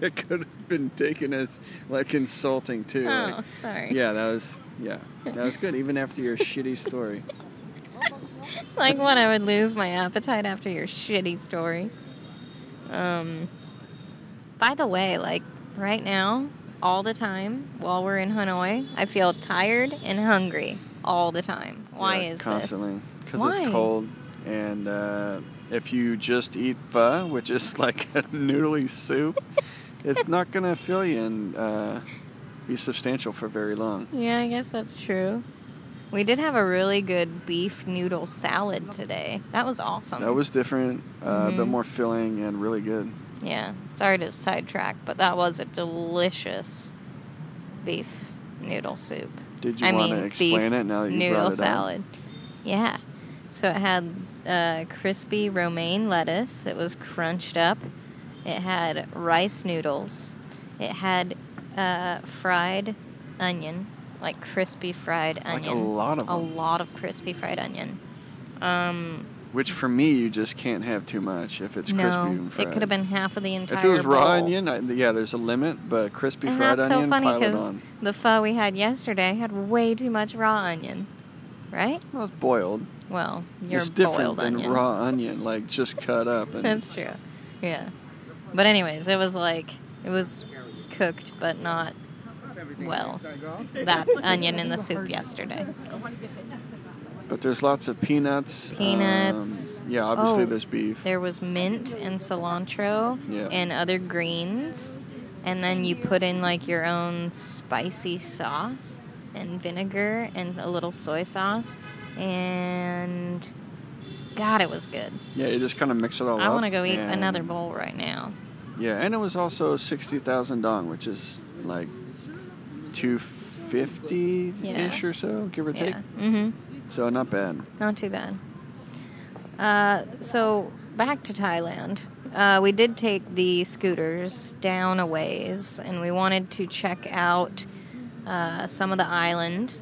[SPEAKER 2] it could have been taken as like insulting too. like-
[SPEAKER 1] Oh, sorry.
[SPEAKER 2] yeah, that was yeah, that was good. Even after your shitty story.
[SPEAKER 1] like when I would lose my appetite after your shitty story. Um by the way, like right now, all the time while we're in Hanoi, I feel tired and hungry all the time. Why
[SPEAKER 2] Yeah,
[SPEAKER 1] is
[SPEAKER 2] constantly because
[SPEAKER 1] Why?
[SPEAKER 2] it's cold and uh, if you just eat pho which is like a noodly soup it's not gonna fill you and uh, be substantial for very long
[SPEAKER 1] this? Yeah, I guess that's true. We did have a really good beef noodle salad today. That was awesome.
[SPEAKER 2] that was different uh, a bit
[SPEAKER 1] Mhm.
[SPEAKER 2] more filling and really good
[SPEAKER 1] Yeah, sorry to sidetrack, but that was a delicious beef noodle soup.
[SPEAKER 2] did you
[SPEAKER 1] I
[SPEAKER 2] want
[SPEAKER 1] mean,
[SPEAKER 2] to explain
[SPEAKER 1] beef
[SPEAKER 2] it now that you
[SPEAKER 1] noodle
[SPEAKER 2] brought it
[SPEAKER 1] salad. Yeah. So it had uh, crispy romaine lettuce that was crunched up. It had rice noodles. It had uh, fried onion, like crispy fried
[SPEAKER 2] up? like a
[SPEAKER 1] onion.
[SPEAKER 2] lot of
[SPEAKER 1] A
[SPEAKER 2] them
[SPEAKER 1] lot of crispy fried onion. Um,
[SPEAKER 2] which for me you just can't have too much if it's crispy
[SPEAKER 1] no,
[SPEAKER 2] and
[SPEAKER 1] it
[SPEAKER 2] fried
[SPEAKER 1] could have been half of the entire.
[SPEAKER 2] if it was raw
[SPEAKER 1] bowl.
[SPEAKER 2] onion I, yeah there's a limit but crispy
[SPEAKER 1] And
[SPEAKER 2] fried
[SPEAKER 1] that's so
[SPEAKER 2] onion
[SPEAKER 1] funny
[SPEAKER 2] pile it
[SPEAKER 1] 'cause
[SPEAKER 2] on
[SPEAKER 1] The pho we had yesterday had way too much raw onion, right?
[SPEAKER 2] well it's boiled
[SPEAKER 1] Well, your
[SPEAKER 2] it's different
[SPEAKER 1] boiled
[SPEAKER 2] than
[SPEAKER 1] onion.
[SPEAKER 2] raw onion, like just cut up and
[SPEAKER 1] That's true. Yeah. But anyways, it was like it was cooked but not well. That onion in the soup yesterday.
[SPEAKER 2] but there's lots of peanuts. um,
[SPEAKER 1] Peanuts.
[SPEAKER 2] yeah, obviously
[SPEAKER 1] Oh.
[SPEAKER 2] there's beef.
[SPEAKER 1] There was mint and cilantro
[SPEAKER 2] Yeah.
[SPEAKER 1] and other greens and then you put in like your own spicy sauce and vinegar and a little soy sauce and God, it was good.
[SPEAKER 2] Yeah, you just kind of mix it all up.
[SPEAKER 1] I want to go eat
[SPEAKER 2] and-
[SPEAKER 1] another bowl right now.
[SPEAKER 2] Yeah, and it was also 60,000 dong, which is like 250 ish
[SPEAKER 1] Yeah.
[SPEAKER 2] or so, give or take.
[SPEAKER 1] Yeah. Mhm.
[SPEAKER 2] So not bad.
[SPEAKER 1] Not too bad. Uh, so back to Thailand. Uh, we did take the scooters down a ways, and we wanted to check out uh, some of the island.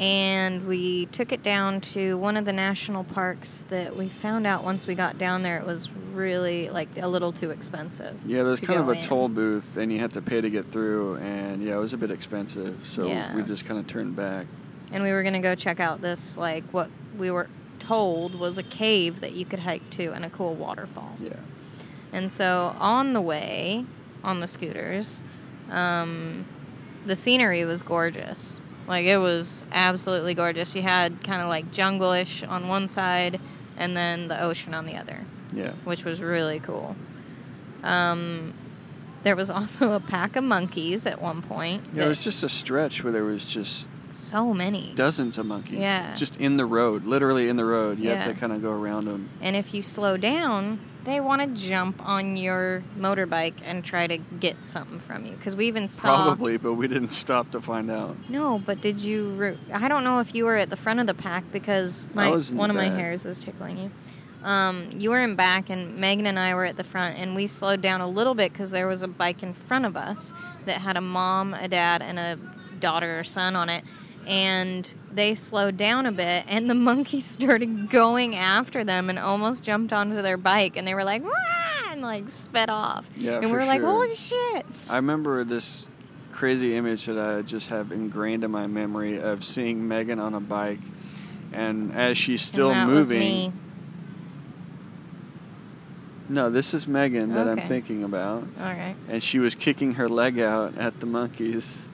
[SPEAKER 1] And we took it down to one of the national parks that we found out once we got down there it was really like a little too expensive.
[SPEAKER 2] Yeah, there's
[SPEAKER 1] To
[SPEAKER 2] kind of
[SPEAKER 1] go
[SPEAKER 2] a
[SPEAKER 1] in.
[SPEAKER 2] toll booth, and you had to pay to get through, and yeah, it was a bit expensive. So
[SPEAKER 1] Yeah.
[SPEAKER 2] we just kind of turned back.
[SPEAKER 1] and we were gonna go check out this like what we were told was a cave that you could hike to and a cool waterfall.
[SPEAKER 2] Yeah.
[SPEAKER 1] And so on the way, on the scooters, um, the scenery was gorgeous. Like it was absolutely gorgeous. You had kind of like jungle-ish on one side, and then the ocean on the other,
[SPEAKER 2] Yeah.
[SPEAKER 1] which was really cool. Um, there was also a pack of monkeys at one point.
[SPEAKER 2] Yeah, it was
[SPEAKER 1] that-
[SPEAKER 2] just a stretch where there was just
[SPEAKER 1] so many.
[SPEAKER 2] dozens of monkeys.
[SPEAKER 1] Yeah.
[SPEAKER 2] Just in the road, literally in the road. You have
[SPEAKER 1] Yeah.
[SPEAKER 2] to kind of go around them.
[SPEAKER 1] And if you slow down, they want to jump on your motorbike and try to get something from you. Because we even saw.
[SPEAKER 2] Probably, but we didn't stop to find out.
[SPEAKER 1] No, but did you? Re- I don't know if you were at the front of the pack because my
[SPEAKER 2] I was in
[SPEAKER 1] one of my
[SPEAKER 2] back.
[SPEAKER 1] hairs is tickling you. Um, you were in back, and Megan and I were at the front, and we slowed down a little bit because there was a bike in front of us that had a mom, a dad, and a daughter or son on it, and they slowed down a bit, and the monkey started going after them and almost jumped onto their bike, and they were like, "Wah!" and like sped off,
[SPEAKER 2] Yeah,
[SPEAKER 1] and
[SPEAKER 2] for
[SPEAKER 1] we were like,
[SPEAKER 2] sure.
[SPEAKER 1] "Holy shit!"
[SPEAKER 2] I remember this crazy image that I just have ingrained in my memory of seeing Megan on a bike, and as she's still
[SPEAKER 1] and that
[SPEAKER 2] moving.
[SPEAKER 1] was me.
[SPEAKER 2] No, this is Megan that I'm
[SPEAKER 1] Okay.
[SPEAKER 2] thinking about,
[SPEAKER 1] All right.
[SPEAKER 2] and she was kicking her leg out at the monkeys.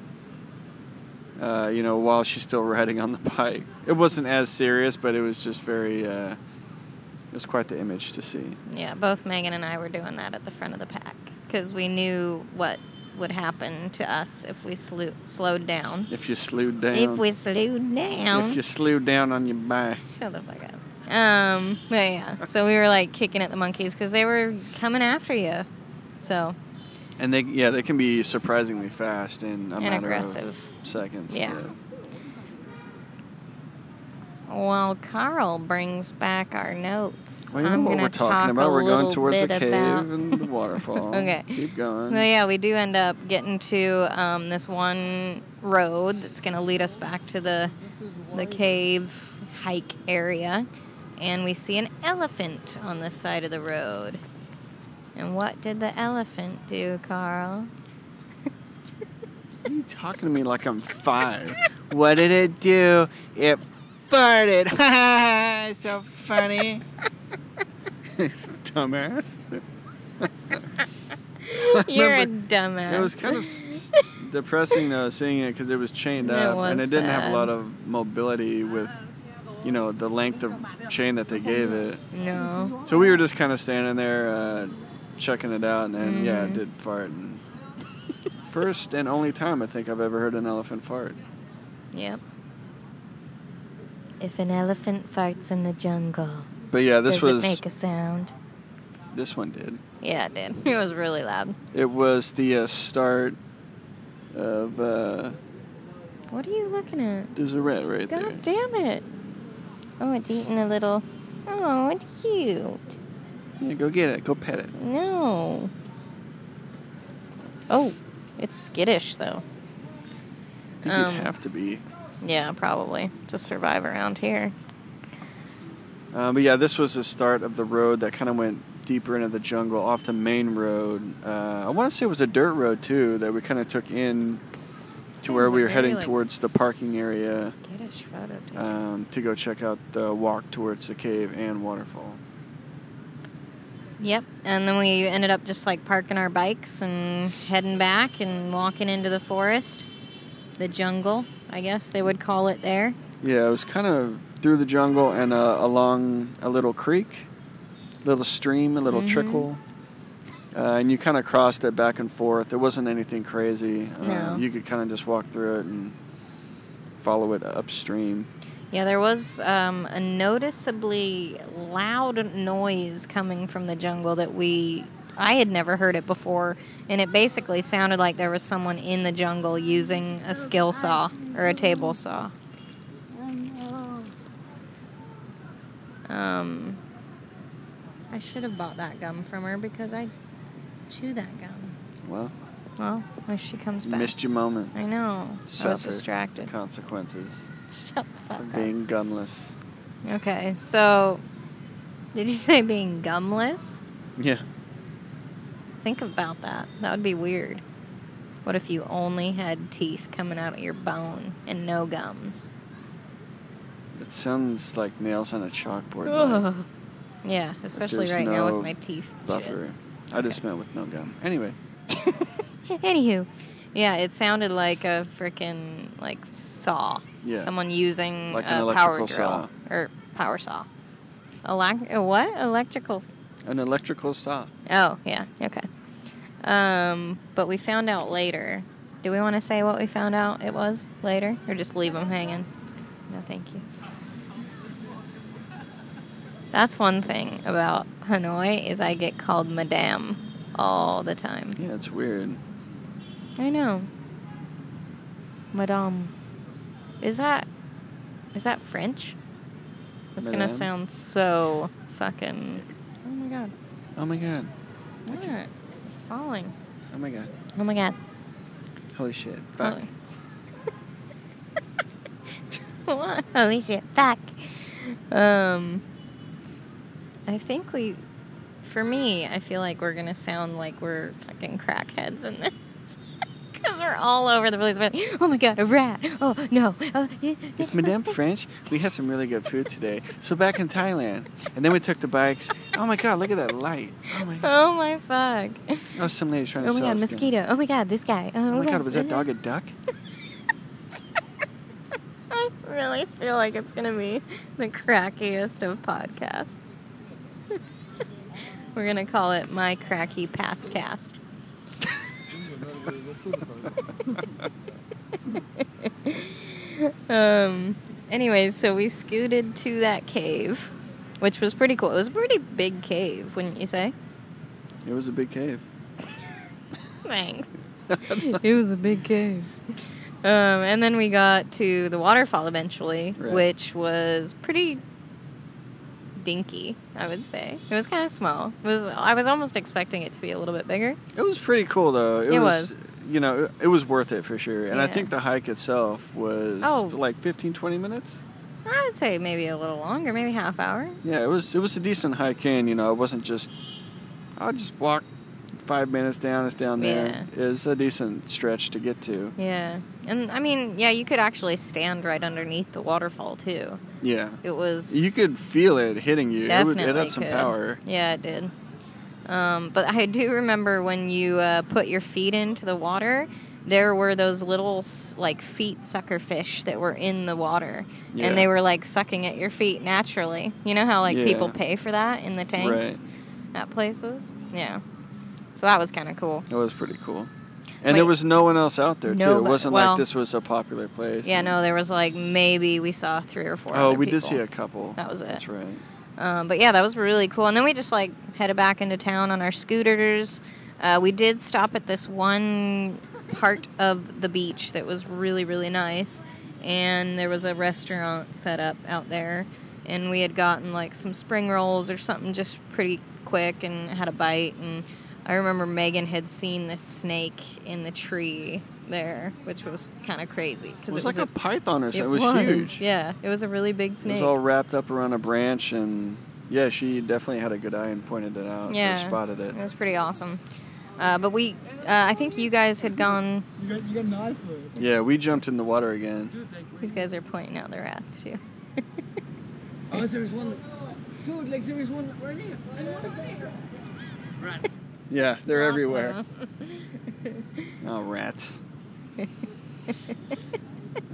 [SPEAKER 2] uh, you know, while she's still riding on the bike. It wasn't as serious, but it was just very, uh, it was quite the image to see.
[SPEAKER 1] Yeah, both Megan and I were doing that at the front of the pack because we knew what would happen to us if we slew, slowed down.
[SPEAKER 2] If you slewed down.
[SPEAKER 1] If we slowed down.
[SPEAKER 2] If you slewed down on your bike.
[SPEAKER 1] Shut the fuck up. Um, but yeah, so we were like kicking at the monkeys because they were coming after you. So,
[SPEAKER 2] And they, yeah, they can be surprisingly fast in a
[SPEAKER 1] and
[SPEAKER 2] matter
[SPEAKER 1] aggressive.
[SPEAKER 2] of seconds.
[SPEAKER 1] Yeah. Well, Carl brings back our notes.
[SPEAKER 2] Well, you know
[SPEAKER 1] I'm
[SPEAKER 2] what
[SPEAKER 1] gonna
[SPEAKER 2] we're
[SPEAKER 1] talk
[SPEAKER 2] talking about.
[SPEAKER 1] a
[SPEAKER 2] We're going
[SPEAKER 1] little
[SPEAKER 2] towards the
[SPEAKER 1] bit
[SPEAKER 2] cave
[SPEAKER 1] about-
[SPEAKER 2] and the waterfall.
[SPEAKER 1] okay.
[SPEAKER 2] Keep going.
[SPEAKER 1] So yeah, we do end up getting to um, this one road that's gonna lead us back to the the cave hike area, and we see an elephant on the side of the road. And what did the elephant do, Carl?
[SPEAKER 2] you talking to me like I'm five. what did it do? It farted. Ha ha ha! So funny. Dumbass.
[SPEAKER 1] You're a
[SPEAKER 2] remember-
[SPEAKER 1] dumbass.
[SPEAKER 2] It was kind of s- s- depressing though seeing it because it was chained
[SPEAKER 1] It
[SPEAKER 2] up and
[SPEAKER 1] was
[SPEAKER 2] it didn't have
[SPEAKER 1] sad.
[SPEAKER 2] a lot of mobility with, you know, the length of chain that they gave it.
[SPEAKER 1] No.
[SPEAKER 2] So we were just kind of standing there, uh, checking it out, and, then yeah,
[SPEAKER 1] Mhm.
[SPEAKER 2] it did fart. And first and only time I think I've ever heard an elephant fart.
[SPEAKER 1] Yep. If an elephant farts in the jungle,
[SPEAKER 2] But yeah, this
[SPEAKER 1] does
[SPEAKER 2] was
[SPEAKER 1] it make a sound?
[SPEAKER 2] this one did.
[SPEAKER 1] Yeah, it did. It was really loud.
[SPEAKER 2] It was the uh, start of uh,
[SPEAKER 1] What are you looking at?
[SPEAKER 2] there's a rat right there.
[SPEAKER 1] God damn it! Oh, it's eating a little. Oh, it's cute.
[SPEAKER 2] Yeah, go get it. Go pet it.
[SPEAKER 1] No. Oh, it's skittish though.
[SPEAKER 2] I think
[SPEAKER 1] Um,
[SPEAKER 2] you'd have to be.
[SPEAKER 1] Yeah, probably to survive around here.
[SPEAKER 2] Uh, but yeah, this was the start of the road that kind of went deeper into the jungle off the main road. Uh, I want to say it was a dirt road too that we kind of took in to
[SPEAKER 1] It
[SPEAKER 2] where
[SPEAKER 1] was a
[SPEAKER 2] we were
[SPEAKER 1] very,
[SPEAKER 2] heading
[SPEAKER 1] like,
[SPEAKER 2] towards the parking area
[SPEAKER 1] Skittish photo. taken.
[SPEAKER 2] um, to go check out the walk towards the cave and waterfall.
[SPEAKER 1] Yep. And then we ended up just like parking our bikes and heading back and walking into the forest, the jungle, I guess they would call it there.
[SPEAKER 2] Yeah, it was kind of through the jungle and uh, along a little creek, little stream, a little
[SPEAKER 1] Mhm.
[SPEAKER 2] trickle. Uh, and you kind of crossed it back and forth. It wasn't anything crazy. Uh,
[SPEAKER 1] No.
[SPEAKER 2] You could kind of just walk through it and follow it upstream.
[SPEAKER 1] Yeah, there was um, a noticeably loud noise coming from the jungle that we I had never heard it before, and it basically sounded like there was someone in the jungle using a skill saw or a table saw. Um, I should have bought that gum from her because I chew that gum.
[SPEAKER 2] Well,
[SPEAKER 1] Well, when she comes
[SPEAKER 2] you
[SPEAKER 1] back,
[SPEAKER 2] missed your moment.
[SPEAKER 1] I know I was
[SPEAKER 2] Suffer.
[SPEAKER 1] distracted.
[SPEAKER 2] Consequences
[SPEAKER 1] Shut the fuck
[SPEAKER 2] of
[SPEAKER 1] up.
[SPEAKER 2] being gumless.
[SPEAKER 1] Okay, so did you say being gumless?
[SPEAKER 2] Yeah.
[SPEAKER 1] Think about that. That would be weird. What if you only had teeth coming out of your bone and no gums?
[SPEAKER 2] It sounds like nails on a chalkboard. like
[SPEAKER 1] Ugh. Yeah, especially
[SPEAKER 2] there's
[SPEAKER 1] right now
[SPEAKER 2] no
[SPEAKER 1] with my teeth. and
[SPEAKER 2] buffer. I
[SPEAKER 1] Okay.
[SPEAKER 2] just meant with no gum. Anyway.
[SPEAKER 1] shit. Anywho, yeah, it sounded like a freaking like saw.
[SPEAKER 2] Yeah.
[SPEAKER 1] Someone using
[SPEAKER 2] Like an
[SPEAKER 1] a power
[SPEAKER 2] electrical
[SPEAKER 1] drill
[SPEAKER 2] saw.
[SPEAKER 1] or power saw. Elec- a what? Electrical
[SPEAKER 2] An electrical saw.
[SPEAKER 1] Oh, yeah. Okay. Um, but we found out later. Do we want to say what we found out it was later? Or just leave them hanging? No, thank you. That's one thing about Hanoi is I get called Madame all the time.
[SPEAKER 2] Yeah, it's weird.
[SPEAKER 1] I know. Madame. Is that is that French? That's gonna
[SPEAKER 2] Madame?
[SPEAKER 1] sound so fucking Oh my god.
[SPEAKER 2] Oh my god.
[SPEAKER 1] Alright. It's falling.
[SPEAKER 2] Oh my god.
[SPEAKER 1] Oh my god.
[SPEAKER 2] Holy shit. Fuck.
[SPEAKER 1] Holy, Holy shit, fuck. Um, I think we, for me, I feel like we're gonna sound like we're fucking crackheads in this. Because we're all over the place. We're like, oh my god, a rat. Oh no. Oh, yeah,
[SPEAKER 2] It's
[SPEAKER 1] yeah,
[SPEAKER 2] Madame
[SPEAKER 1] oh,
[SPEAKER 2] French. We had some really good food today. So back in Thailand. And then we took the bikes. Oh my god, look at that light. Oh my god.
[SPEAKER 1] Oh my fuck.
[SPEAKER 2] Oh, some lady trying
[SPEAKER 1] Oh
[SPEAKER 2] to
[SPEAKER 1] my
[SPEAKER 2] sell
[SPEAKER 1] god,
[SPEAKER 2] us dinner.
[SPEAKER 1] mosquito. Oh my god, this guy. Oh,
[SPEAKER 2] Oh my god, was that
[SPEAKER 1] oh,
[SPEAKER 2] dog a duck?
[SPEAKER 1] I really feel like it's gonna be the crackiest of podcasts. We're gonna call it my cracky past cast. um. Anyways, so we scooted to that cave, which was pretty cool. It was a pretty big cave, wouldn't you say?
[SPEAKER 2] It was a big cave.
[SPEAKER 1] Thanks. it was a big cave. Um, and then we got to the waterfall eventually,
[SPEAKER 2] Right.
[SPEAKER 1] which was pretty dinky, I would say. It was kind of small. It was I was almost expecting it to be a little bit bigger.
[SPEAKER 2] It was pretty cool though. It,
[SPEAKER 1] It
[SPEAKER 2] was, You know, it was worth it for sure. And I
[SPEAKER 1] Yeah.
[SPEAKER 2] think the hike itself was
[SPEAKER 1] Oh.
[SPEAKER 2] like 15, 20 minutes.
[SPEAKER 1] I would say maybe a little longer, maybe half hour.
[SPEAKER 2] Yeah, it was. It was a decent hike in. You know, it wasn't just. I'll just walk five minutes down. It's down there. Yeah. It's a decent stretch to get to.
[SPEAKER 1] Yeah. And I mean, yeah, you could actually stand right underneath the waterfall too.
[SPEAKER 2] Yeah.
[SPEAKER 1] It was
[SPEAKER 2] You could feel it hitting you. It, would,
[SPEAKER 1] Definitely
[SPEAKER 2] it had some
[SPEAKER 1] could.
[SPEAKER 2] power.
[SPEAKER 1] Yeah, it did. Um, but I do remember when you uh, put your feet into the water, there were those little s- like feet sucker fish that were in the water,
[SPEAKER 2] Yeah.
[SPEAKER 1] and they were like sucking at your feet naturally. You know how like
[SPEAKER 2] Yeah.
[SPEAKER 1] people pay for that in the tanks at places. Yeah. So that was kind of cool.
[SPEAKER 2] It was pretty cool. And
[SPEAKER 1] Wait.
[SPEAKER 2] there was no one else out there
[SPEAKER 1] No,
[SPEAKER 2] too. It
[SPEAKER 1] but-
[SPEAKER 2] wasn't
[SPEAKER 1] well-
[SPEAKER 2] like this was a popular place.
[SPEAKER 1] Yeah,
[SPEAKER 2] and-
[SPEAKER 1] no, there was like maybe we saw three or four.
[SPEAKER 2] Oh,
[SPEAKER 1] other
[SPEAKER 2] we did
[SPEAKER 1] people.
[SPEAKER 2] see a couple.
[SPEAKER 1] That was it.
[SPEAKER 2] That's right.
[SPEAKER 1] Um, but yeah, that was really cool. And then we just like headed back into town on our scooters. Uh, we did stop at this one part of the beach that was really, really nice. And there was a restaurant set up out there. And we had gotten like some spring rolls or something just pretty quick and had a bite. And I remember Megan had seen this snake in the tree there, which was kind of crazy.
[SPEAKER 2] It
[SPEAKER 1] because
[SPEAKER 2] was like a, python or something. It was, huge.
[SPEAKER 1] Yeah, it was a really big
[SPEAKER 2] It
[SPEAKER 1] snake.
[SPEAKER 2] was all wrapped up around a branch, and yeah, she definitely had a good eye and pointed it out. or
[SPEAKER 1] Yeah.
[SPEAKER 2] uh, spotted it.
[SPEAKER 1] It was pretty awesome. Uh, but we, uh, I think you guys had gone.
[SPEAKER 5] You got, you got an eye for it.
[SPEAKER 2] Yeah, we jumped in the water again.
[SPEAKER 5] Dude, like,
[SPEAKER 1] These guys are pointing out the rats too.
[SPEAKER 5] oh, there was one. Dude, like, there was one right here. Rats.
[SPEAKER 2] Yeah, they're
[SPEAKER 1] Awesome.
[SPEAKER 2] everywhere.
[SPEAKER 1] Uh-huh.
[SPEAKER 2] Oh, rats.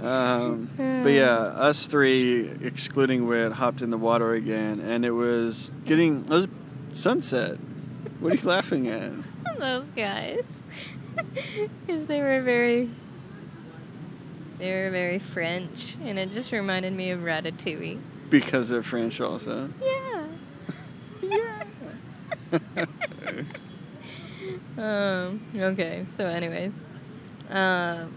[SPEAKER 2] Um,
[SPEAKER 1] Hmm.
[SPEAKER 2] but yeah, us three, excluding Wit, hopped in the water again, and it was getting it was sunset. What are you laughing at?
[SPEAKER 1] Those guys, because they were very, they were very French, and it just reminded me of Ratatouille.
[SPEAKER 2] Because they're French, also.
[SPEAKER 1] Yeah. Yeah. um. Okay. So, anyways, um,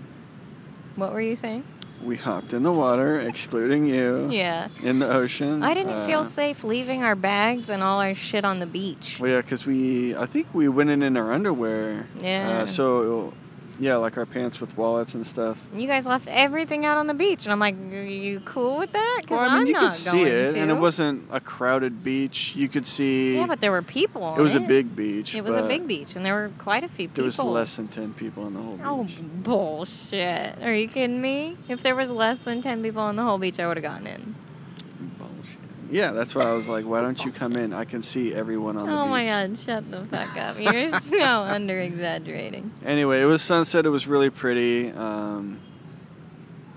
[SPEAKER 1] what were you saying?
[SPEAKER 2] we hopped in the water, excluding you.
[SPEAKER 1] Yeah.
[SPEAKER 2] In the ocean.
[SPEAKER 1] I didn't
[SPEAKER 2] Uh,
[SPEAKER 1] feel safe leaving our bags and all our shit on the beach.
[SPEAKER 2] Well, yeah, 'cause we, I think we went in in our underwear.
[SPEAKER 1] Yeah.
[SPEAKER 2] Uh, so, yeah, like our pants with wallets and stuff.
[SPEAKER 1] You guys left everything out on the beach, and I'm like, "Are you cool with that? Because
[SPEAKER 2] Well, I mean,
[SPEAKER 1] am
[SPEAKER 2] you
[SPEAKER 1] not
[SPEAKER 2] could see
[SPEAKER 1] going
[SPEAKER 2] it,
[SPEAKER 1] to.
[SPEAKER 2] and it wasn't a crowded beach. You could see.
[SPEAKER 1] Yeah, but there were people. On
[SPEAKER 2] it was a big beach.
[SPEAKER 1] It was
[SPEAKER 2] but
[SPEAKER 1] a big beach, and there were quite a few people.
[SPEAKER 2] There was less than ten people on the whole
[SPEAKER 1] Oh
[SPEAKER 2] beach.
[SPEAKER 1] bullshit! Are you kidding me? If there was less than ten people on the whole beach, I would have gotten in.
[SPEAKER 2] Bullshit. Yeah, that's why I was like, why don't you come in? I can see everyone on the
[SPEAKER 1] oh
[SPEAKER 2] beach.
[SPEAKER 1] my god! Shut the fuck up! You're so under exaggerating.
[SPEAKER 2] Anyway, it was sunset. It was really pretty. Um,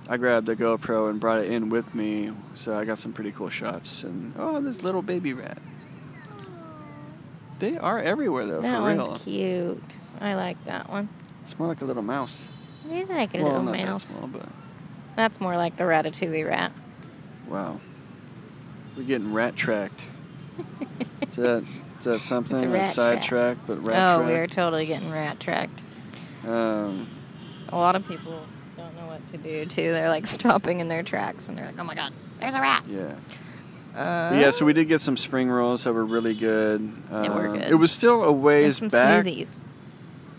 [SPEAKER 2] I grabbed the GoPro and brought it in with me, so I got some pretty cool shots. And oh, this little baby rat. They are everywhere though,
[SPEAKER 1] that
[SPEAKER 2] for
[SPEAKER 1] one's
[SPEAKER 2] real.
[SPEAKER 1] cute. I like that one.
[SPEAKER 2] It's more like a little mouse.
[SPEAKER 1] He's like a
[SPEAKER 2] well,
[SPEAKER 1] little
[SPEAKER 2] not
[SPEAKER 1] mouse.
[SPEAKER 2] That small, but
[SPEAKER 1] That's more like the Ratatouille rat.
[SPEAKER 2] wow, we're getting rat tracked. Is that is that something? like
[SPEAKER 1] rat track.
[SPEAKER 2] sidetracked, but rat
[SPEAKER 1] oh, we are
[SPEAKER 2] tracked.
[SPEAKER 1] totally getting rat tracked.
[SPEAKER 2] Um,
[SPEAKER 1] A lot of people don't know what to do too. They're like stopping in their tracks and they're like, "Oh my god, there's a rat."
[SPEAKER 2] yeah.
[SPEAKER 1] Uh,
[SPEAKER 2] But yeah, so we did get some spring rolls that were really good. Um,
[SPEAKER 1] They were good.
[SPEAKER 2] It was still a
[SPEAKER 1] Uh, and
[SPEAKER 2] ways
[SPEAKER 1] some
[SPEAKER 2] back
[SPEAKER 1] smoothies.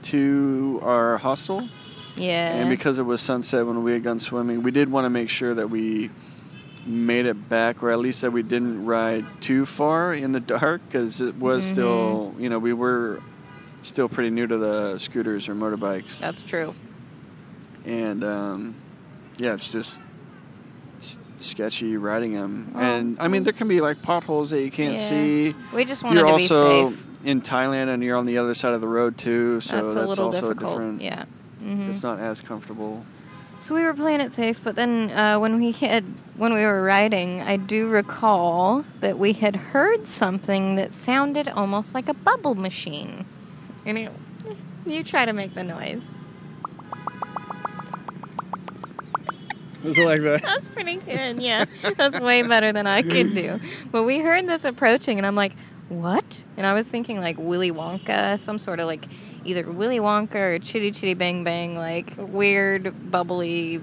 [SPEAKER 2] to our hostel,
[SPEAKER 1] Yeah.
[SPEAKER 2] and because it was sunset when we had gone swimming, we did want to make sure that we made it back, or at least that we didn't ride too far in the dark, because it was
[SPEAKER 1] Mhm.
[SPEAKER 2] still, you know, we were still pretty new to the scooters or motorbikes,
[SPEAKER 1] that's true.
[SPEAKER 2] and um, yeah, it's just s- sketchy riding them,
[SPEAKER 1] Well, mm.
[SPEAKER 2] and I mean there can be like potholes that you can't
[SPEAKER 1] Yeah.
[SPEAKER 2] see.
[SPEAKER 1] We just wanted
[SPEAKER 2] You're
[SPEAKER 1] to
[SPEAKER 2] also
[SPEAKER 1] be safe.
[SPEAKER 2] in Thailand and you're on the other side of the road too, so
[SPEAKER 1] that's a little
[SPEAKER 2] also
[SPEAKER 1] difficult.
[SPEAKER 2] different.
[SPEAKER 1] Yeah. hmm
[SPEAKER 2] It's not as comfortable.
[SPEAKER 1] So we were playing it safe, but then uh, when we had when we were riding, I do recall that we had heard something that sounded almost like a bubble machine. And it, you try to make the noise.
[SPEAKER 6] Was it like that?
[SPEAKER 1] That's pretty good. Yeah, that's way better than I could do. But we heard this approaching, and I'm like, what? And I was thinking like Willy Wonka, some sort of like either Willy Wonka or Chitty Chitty Bang Bang, like weird bubbly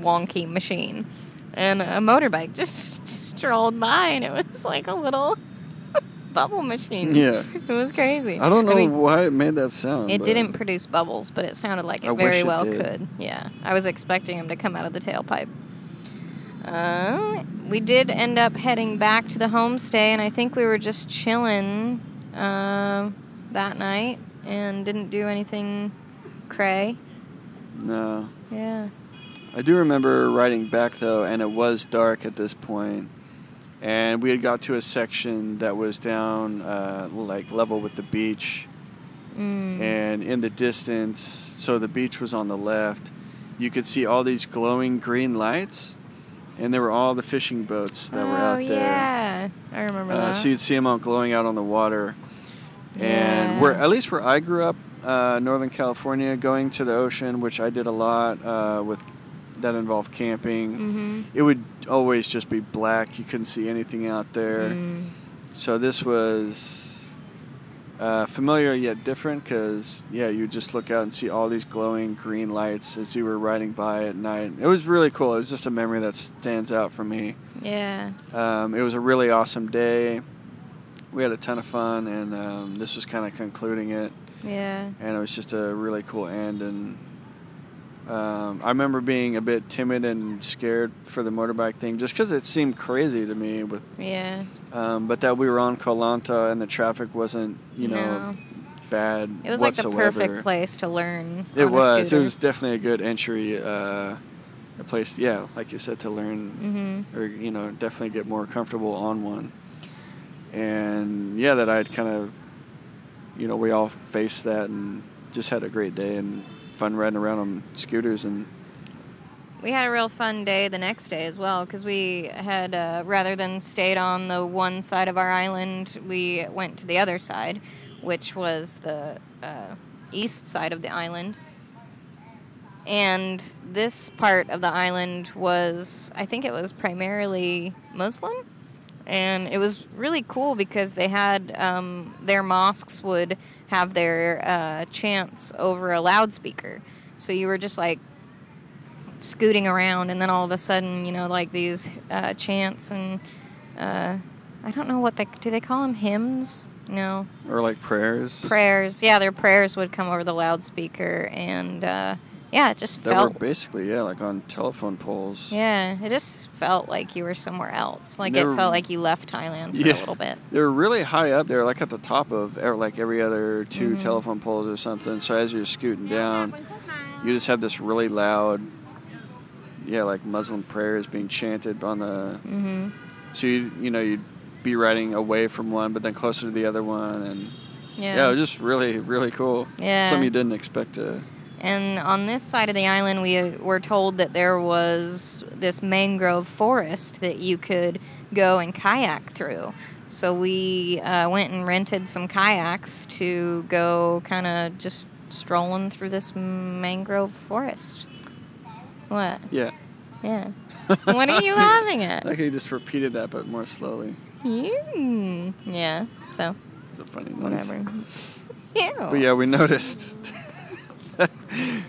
[SPEAKER 1] wonky machine. And a motorbike just strolled by, and it was like a little bubble machine.
[SPEAKER 2] Yeah.
[SPEAKER 1] It was crazy.
[SPEAKER 2] I don't know
[SPEAKER 1] mean,
[SPEAKER 2] why it made that sound.
[SPEAKER 1] it
[SPEAKER 2] but-
[SPEAKER 1] didn't produce bubbles, but it sounded like it
[SPEAKER 2] I wish
[SPEAKER 1] very
[SPEAKER 2] it
[SPEAKER 1] well
[SPEAKER 2] did.
[SPEAKER 1] could. Yeah, I was expecting him to come out of the tailpipe. Um, we did end up heading back to the homestay, and I think we were just chilling um that night and didn't do anything cray.
[SPEAKER 2] No.
[SPEAKER 1] Yeah.
[SPEAKER 2] I do remember riding back though, and it was dark at this point, and we had got to a section that was down uh, like level with the beach,
[SPEAKER 1] Mm.
[SPEAKER 2] and in the distance, so the beach was on the left, you could see all these glowing green lights, and there were all the fishing boats that
[SPEAKER 1] oh
[SPEAKER 2] were out there.
[SPEAKER 1] yeah, I remember
[SPEAKER 2] Uh,
[SPEAKER 1] that.
[SPEAKER 2] so you'd see them all glowing out on the water.
[SPEAKER 1] Yeah.
[SPEAKER 2] And where, at least where I grew up, uh, Northern California, going to the ocean, which I did a lot uh, with that involved camping.
[SPEAKER 1] hmm
[SPEAKER 2] It would always just be black. You couldn't see anything out there.
[SPEAKER 1] Mm.
[SPEAKER 2] So this was uh, familiar yet different because yeah, you would just look out and see all these glowing green lights as you were riding by at night. It was really cool. It was just a memory that stands out for me.
[SPEAKER 1] Yeah.
[SPEAKER 2] Um, it was a really awesome day. We had a ton of fun, and um, this was kind of concluding it.
[SPEAKER 1] Yeah.
[SPEAKER 2] And it was just a really cool end. And um, I remember being a bit timid and scared for the motorbike thing, just because it seemed crazy to me. With
[SPEAKER 1] Yeah.
[SPEAKER 2] um, but that we were on Colanta and the traffic wasn't, you know,
[SPEAKER 1] No.
[SPEAKER 2] bad.
[SPEAKER 1] it was like the
[SPEAKER 2] whatsoever.
[SPEAKER 1] perfect place to learn.
[SPEAKER 2] It
[SPEAKER 1] on a
[SPEAKER 2] was. It
[SPEAKER 1] scooter.
[SPEAKER 2] was definitely a good entry. Uh, a place, yeah, like you said, to learn
[SPEAKER 1] Mhm.
[SPEAKER 2] or you know definitely get more comfortable on one and yeah that i'd kind of you know we all faced that and just had a great day and fun riding around on scooters and
[SPEAKER 1] We had a real fun day the next day as well because we had, uh, rather than stayed on the one side of our island, we went to the other side, which was the uh, east side of the island. And this part of the island was, I think it was primarily Muslim. And it was really cool because they had um, their mosques would have their uh, chants over a loudspeaker. So you were just like scooting around, and then all of a sudden, you know, like these uh, chants and uh, I don't know what they do. They call them hymns? No,
[SPEAKER 2] or like prayers
[SPEAKER 1] prayers. Yeah, their prayers would come over the loudspeaker, and uh, yeah, it just
[SPEAKER 2] that
[SPEAKER 1] felt.
[SPEAKER 2] were basically yeah like on telephone poles
[SPEAKER 1] Yeah, it just felt like you were somewhere else. Like
[SPEAKER 2] They were-
[SPEAKER 1] it felt like you left Thailand for
[SPEAKER 2] Yeah.
[SPEAKER 1] a little bit.
[SPEAKER 2] they were really high up they were like at the top of e- like every other 2
[SPEAKER 1] Mhm.
[SPEAKER 2] telephone poles or something so as you're scooting down you just have this really loud yeah like muslim prayers being chanted on the
[SPEAKER 1] hmm
[SPEAKER 2] So you you know you'd be riding away from one, but then closer to the other one, and yeah,
[SPEAKER 1] Yeah.
[SPEAKER 2] it was just really really cool.
[SPEAKER 1] Yeah.
[SPEAKER 2] Something you didn't expect to.
[SPEAKER 1] And on this side of the island, we uh, were told that there was this mangrove forest that you could go and kayak through. So we uh, went and rented some kayaks to go kind of just strolling through this mangrove forest. What?
[SPEAKER 2] Yeah.
[SPEAKER 1] Yeah. What are you laughing at?
[SPEAKER 2] Like you just repeated that, but more slowly.
[SPEAKER 1] Mm. Yeah. So
[SPEAKER 2] It's a funny noise.
[SPEAKER 1] whatever. Ew.
[SPEAKER 2] But yeah, we noticed.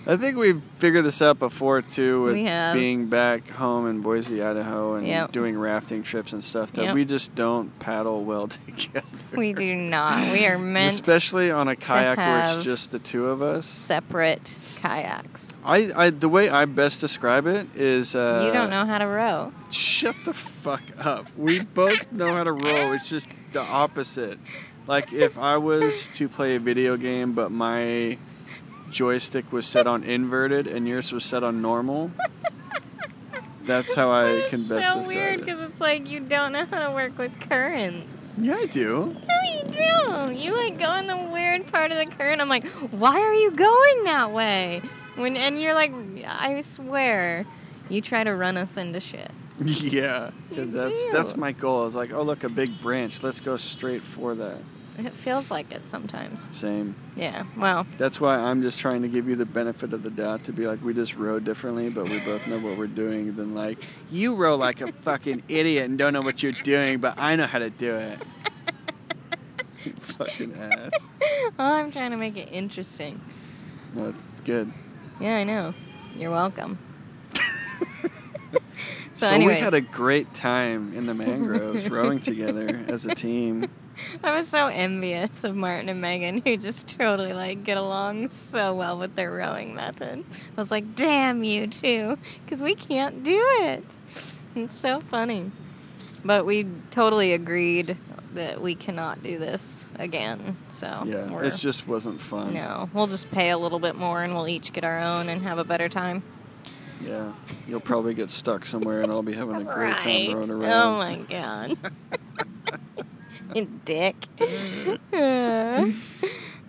[SPEAKER 2] I think we figured this out before too, with
[SPEAKER 1] We have.
[SPEAKER 2] being back home in Boise, Idaho, and
[SPEAKER 1] Yep.
[SPEAKER 2] doing rafting trips and stuff. That
[SPEAKER 1] Yep.
[SPEAKER 2] we just don't paddle well together.
[SPEAKER 1] We do not. We are meant
[SPEAKER 2] Especially on a kayak where
[SPEAKER 1] have-
[SPEAKER 2] it's just the two of us.
[SPEAKER 1] separate kayaks.
[SPEAKER 2] I, I the way I best describe it is uh,
[SPEAKER 1] you don't know how to row.
[SPEAKER 2] Shut the fuck up. We both know how to roll. It's just the opposite. Like if I was to play a video game but my joystick was set on inverted and yours was set on normal, that's how I
[SPEAKER 1] That's
[SPEAKER 2] can best
[SPEAKER 1] so
[SPEAKER 2] describe
[SPEAKER 1] weird
[SPEAKER 2] it.
[SPEAKER 1] because it's like you don't know how to work with currents.
[SPEAKER 2] Yeah, I do.
[SPEAKER 1] No, you don't. You like go in the weird part of the current. I'm like, why are you going that way? When and you're like, I swear, you try to run us into shit.
[SPEAKER 2] yeah,
[SPEAKER 1] You
[SPEAKER 2] 'cause that's that's
[SPEAKER 1] do.
[SPEAKER 2] my goal. It's like, oh look, a big branch. Let's go straight for that.
[SPEAKER 1] It feels like it sometimes.
[SPEAKER 2] Same.
[SPEAKER 1] Yeah. Well,
[SPEAKER 2] That's why I'm just trying to give you the benefit of the doubt to be like, we just row differently, but we both know what we're doing. Than like, you row like a fucking idiot and don't know what you're doing, but I know how to do it. Fucking ass.
[SPEAKER 1] well, I'm trying to make it interesting.
[SPEAKER 2] No, it's good.
[SPEAKER 1] Yeah, I know. You're welcome. so,
[SPEAKER 2] So,
[SPEAKER 1] anyways,
[SPEAKER 2] we had a great time in the mangroves rowing together as a team.
[SPEAKER 1] I was so envious of Martin and Megan, who just totally like get along so well with their rowing method. I was like, damn you two, because we can't do it. It's so funny. But we totally agreed that we cannot do this again. So
[SPEAKER 2] yeah,
[SPEAKER 1] we're,
[SPEAKER 2] it just wasn't fun.
[SPEAKER 1] no, we'll just pay a little bit more and we'll each get our own and have a better time.
[SPEAKER 2] Yeah, you'll probably get stuck somewhere, and I'll be having a great
[SPEAKER 1] right.
[SPEAKER 2] time rowing around.
[SPEAKER 1] Oh my god. You dick. Uh,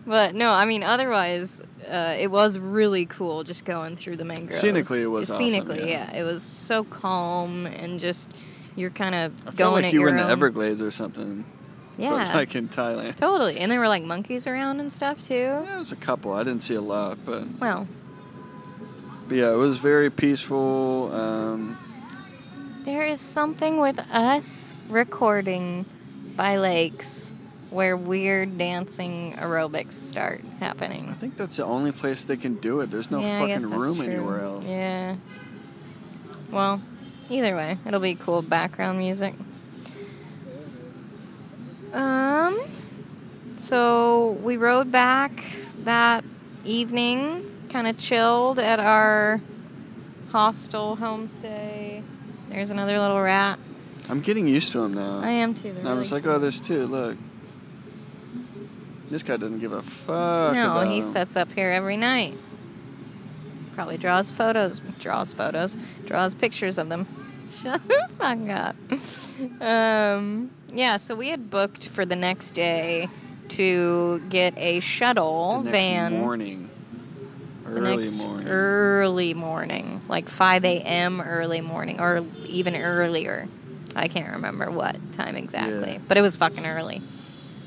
[SPEAKER 1] but no, I mean otherwise uh, it was really cool just going through the mangroves.
[SPEAKER 2] Scenically, it was awesome,
[SPEAKER 1] Scenically,
[SPEAKER 2] yeah.
[SPEAKER 1] It was so calm and just you're kind
[SPEAKER 2] I
[SPEAKER 1] of
[SPEAKER 2] felt
[SPEAKER 1] going
[SPEAKER 2] like
[SPEAKER 1] at
[SPEAKER 2] you
[SPEAKER 1] your
[SPEAKER 2] were in
[SPEAKER 1] own.
[SPEAKER 2] the Everglades or something.
[SPEAKER 1] yeah.
[SPEAKER 2] But like in Thailand.
[SPEAKER 1] Totally. And there were like monkeys around and stuff too.
[SPEAKER 2] Yeah, it was a couple. I didn't see a lot, but,
[SPEAKER 1] Well,
[SPEAKER 2] but yeah, it was very peaceful. Um,
[SPEAKER 1] There is something with us recording by lakes where weird dancing aerobics start
[SPEAKER 2] I
[SPEAKER 1] happening.
[SPEAKER 2] think that's the only place they can do it. There's no
[SPEAKER 1] yeah, I guess
[SPEAKER 2] fucking
[SPEAKER 1] that's
[SPEAKER 2] room
[SPEAKER 1] true.
[SPEAKER 2] anywhere else.
[SPEAKER 1] Yeah. Well, either way, it'll be cool background music. Um, so we rode back that evening, kind of chilled at our hostel homestay. There's another little rat.
[SPEAKER 2] I'm getting used to them now.
[SPEAKER 1] I am too. They're
[SPEAKER 2] And I was
[SPEAKER 1] really
[SPEAKER 2] like, oh, there's two. Look. This guy doesn't give a fuck.
[SPEAKER 1] No,
[SPEAKER 2] about
[SPEAKER 1] he
[SPEAKER 2] 'em.
[SPEAKER 1] sets up here every night. Probably draws photos, draws photos, draws pictures of them. Shut the fuck up. Um, yeah, so we had booked for the next day to get a
[SPEAKER 2] The
[SPEAKER 1] shuttle
[SPEAKER 2] next
[SPEAKER 1] van.
[SPEAKER 2] Morning.
[SPEAKER 1] the
[SPEAKER 2] Early
[SPEAKER 1] next er-
[SPEAKER 2] morning.
[SPEAKER 1] early morning, like 5 a.m. early morning, or even earlier. I can't remember what time exactly,
[SPEAKER 2] Yeah.
[SPEAKER 1] but it was fucking early.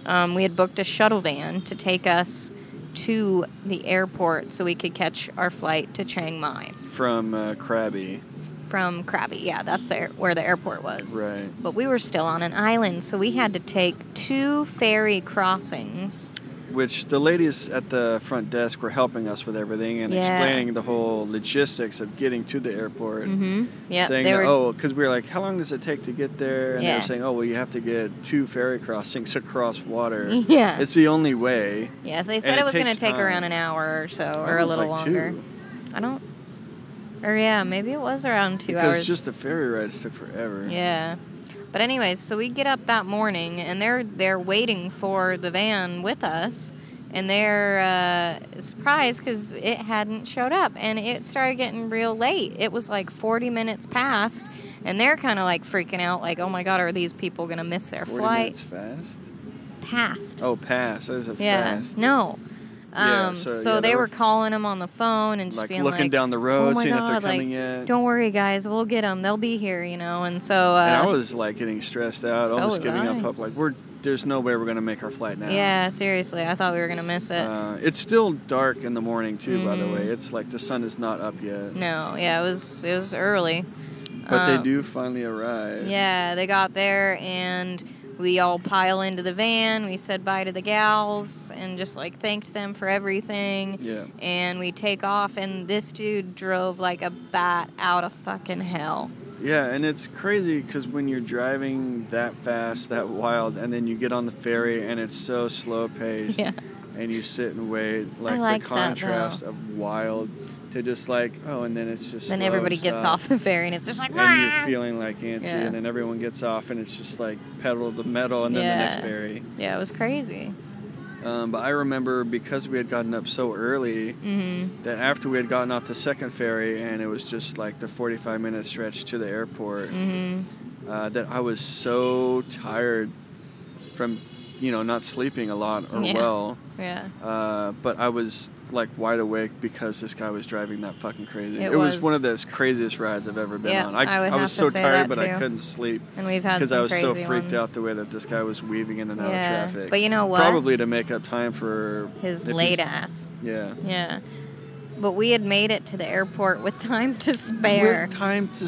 [SPEAKER 1] Um, we had booked a shuttle van to take us to the airport so we could catch our flight to Chiang Mai
[SPEAKER 2] From uh, Krabi.
[SPEAKER 1] from Krabi. Yeah, that's the, air- where the airport was.
[SPEAKER 2] Right.
[SPEAKER 1] But we were still on an island, so we had to take two ferry crossings.
[SPEAKER 2] Which the ladies at the front desk were helping us with everything and
[SPEAKER 1] Yeah.
[SPEAKER 2] explaining the whole logistics of getting to the airport.
[SPEAKER 1] Mm-hmm. Yeah,
[SPEAKER 2] saying,
[SPEAKER 1] they
[SPEAKER 2] that,
[SPEAKER 1] were
[SPEAKER 2] oh, because we were like, how long does it take to get there? And they
[SPEAKER 1] Yeah.
[SPEAKER 2] were saying, oh, well, you have to get two ferry crossings across water.
[SPEAKER 1] Yeah.
[SPEAKER 2] It's the only way.
[SPEAKER 1] Yeah, they said
[SPEAKER 2] And
[SPEAKER 1] it,
[SPEAKER 2] it
[SPEAKER 1] was going to
[SPEAKER 2] takes
[SPEAKER 1] take around
[SPEAKER 2] time.
[SPEAKER 1] an hour or so, or
[SPEAKER 2] It
[SPEAKER 1] a
[SPEAKER 2] was
[SPEAKER 1] little
[SPEAKER 2] like
[SPEAKER 1] longer.
[SPEAKER 2] Two,
[SPEAKER 1] I don't. Or yeah, maybe it was around two
[SPEAKER 2] because
[SPEAKER 1] hours.
[SPEAKER 2] just the ferry rides took forever.
[SPEAKER 1] yeah. But anyways, so we get up that morning and they're they're waiting for the van with us, and they're uh, surprised because it hadn't showed up and it started getting real late. It was like 40 minutes past, and they're kind of like freaking out, like, oh my god, are these people gonna miss their
[SPEAKER 2] 40
[SPEAKER 1] flight?
[SPEAKER 2] minutes fast.
[SPEAKER 1] Past.
[SPEAKER 2] Oh, pass. That was a
[SPEAKER 1] Yeah.
[SPEAKER 2] fast.
[SPEAKER 1] No.
[SPEAKER 2] Yeah,
[SPEAKER 1] Um, so
[SPEAKER 2] so, yeah,
[SPEAKER 1] they
[SPEAKER 2] they
[SPEAKER 1] were
[SPEAKER 2] were-
[SPEAKER 1] calling him on the phone and just
[SPEAKER 2] Like
[SPEAKER 1] being
[SPEAKER 2] looking
[SPEAKER 1] like,
[SPEAKER 2] down the road,
[SPEAKER 1] "Oh my
[SPEAKER 2] seeing if
[SPEAKER 1] God,
[SPEAKER 2] they're
[SPEAKER 1] like,
[SPEAKER 2] coming in.
[SPEAKER 1] "Don't worry, guys, we'll get them. They'll be here," you know. And so,
[SPEAKER 2] and I
[SPEAKER 1] uh,
[SPEAKER 2] was like getting stressed out,
[SPEAKER 1] So
[SPEAKER 2] almost
[SPEAKER 1] was
[SPEAKER 2] giving
[SPEAKER 1] I.
[SPEAKER 2] up hope. Like we're there's no way we're gonna make our flight now.
[SPEAKER 1] yeah, seriously, I thought we were gonna miss it.
[SPEAKER 2] Uh, it's still dark in the morning too. By the
[SPEAKER 1] Mhm.
[SPEAKER 2] way, it's like the sun is not up yet.
[SPEAKER 1] no, yeah, it was it was early. Um,
[SPEAKER 2] But they do finally arrive.
[SPEAKER 1] Yeah, they got there and we all pile into the van. We said bye to the gals and just like thanked them for everything.
[SPEAKER 2] Yeah.
[SPEAKER 1] And we take off, and this dude drove like a bat out of fucking hell.
[SPEAKER 2] Yeah, and it's crazy because when you're driving that fast, that wild, and then you get on the ferry and it's so slow paced,
[SPEAKER 1] Yeah.
[SPEAKER 2] and you sit and wait, like
[SPEAKER 1] liked that,
[SPEAKER 2] the
[SPEAKER 1] though.
[SPEAKER 2] contrast of wild to just like, oh, and then it's just.
[SPEAKER 1] Then
[SPEAKER 2] slow
[SPEAKER 1] everybody gets
[SPEAKER 2] stop,
[SPEAKER 1] off the ferry and it's just like,
[SPEAKER 2] And
[SPEAKER 1] "Rah!"
[SPEAKER 2] you're feeling like antsy,
[SPEAKER 1] Yeah.
[SPEAKER 2] and then everyone gets off, and it's just like pedal to metal, and then the
[SPEAKER 1] Yeah.
[SPEAKER 2] next ferry.
[SPEAKER 1] yeah, it was crazy.
[SPEAKER 2] Um, but I remember because we had gotten up so early
[SPEAKER 1] hmm
[SPEAKER 2] that after we had gotten off the second ferry, and it was just like the 45 minute stretch to the airport
[SPEAKER 1] hmm
[SPEAKER 2] uh, that I was so tired from you know, not sleeping a lot or
[SPEAKER 1] Yeah.
[SPEAKER 2] well.
[SPEAKER 1] Yeah.
[SPEAKER 2] Uh, but I was like wide awake because this guy was driving that fucking crazy.
[SPEAKER 1] It
[SPEAKER 2] It, was.
[SPEAKER 1] was.
[SPEAKER 2] one of the craziest rides I've ever been
[SPEAKER 1] Yeah,
[SPEAKER 2] on.
[SPEAKER 1] I would
[SPEAKER 2] was
[SPEAKER 1] have to
[SPEAKER 2] so
[SPEAKER 1] say
[SPEAKER 2] tired,
[SPEAKER 1] that
[SPEAKER 2] but I
[SPEAKER 1] too.
[SPEAKER 2] couldn't sleep
[SPEAKER 1] And we've had
[SPEAKER 2] because
[SPEAKER 1] some
[SPEAKER 2] I was so
[SPEAKER 1] crazy
[SPEAKER 2] freaked
[SPEAKER 1] ones.
[SPEAKER 2] out the way that this guy was weaving in and out
[SPEAKER 1] yeah.
[SPEAKER 2] of traffic.
[SPEAKER 1] But you know what?
[SPEAKER 2] Probably to make up time for
[SPEAKER 1] His
[SPEAKER 2] if he's-
[SPEAKER 1] late ass.
[SPEAKER 2] Yeah.
[SPEAKER 1] Yeah. But we had made it to the airport with time to spare.
[SPEAKER 2] With time to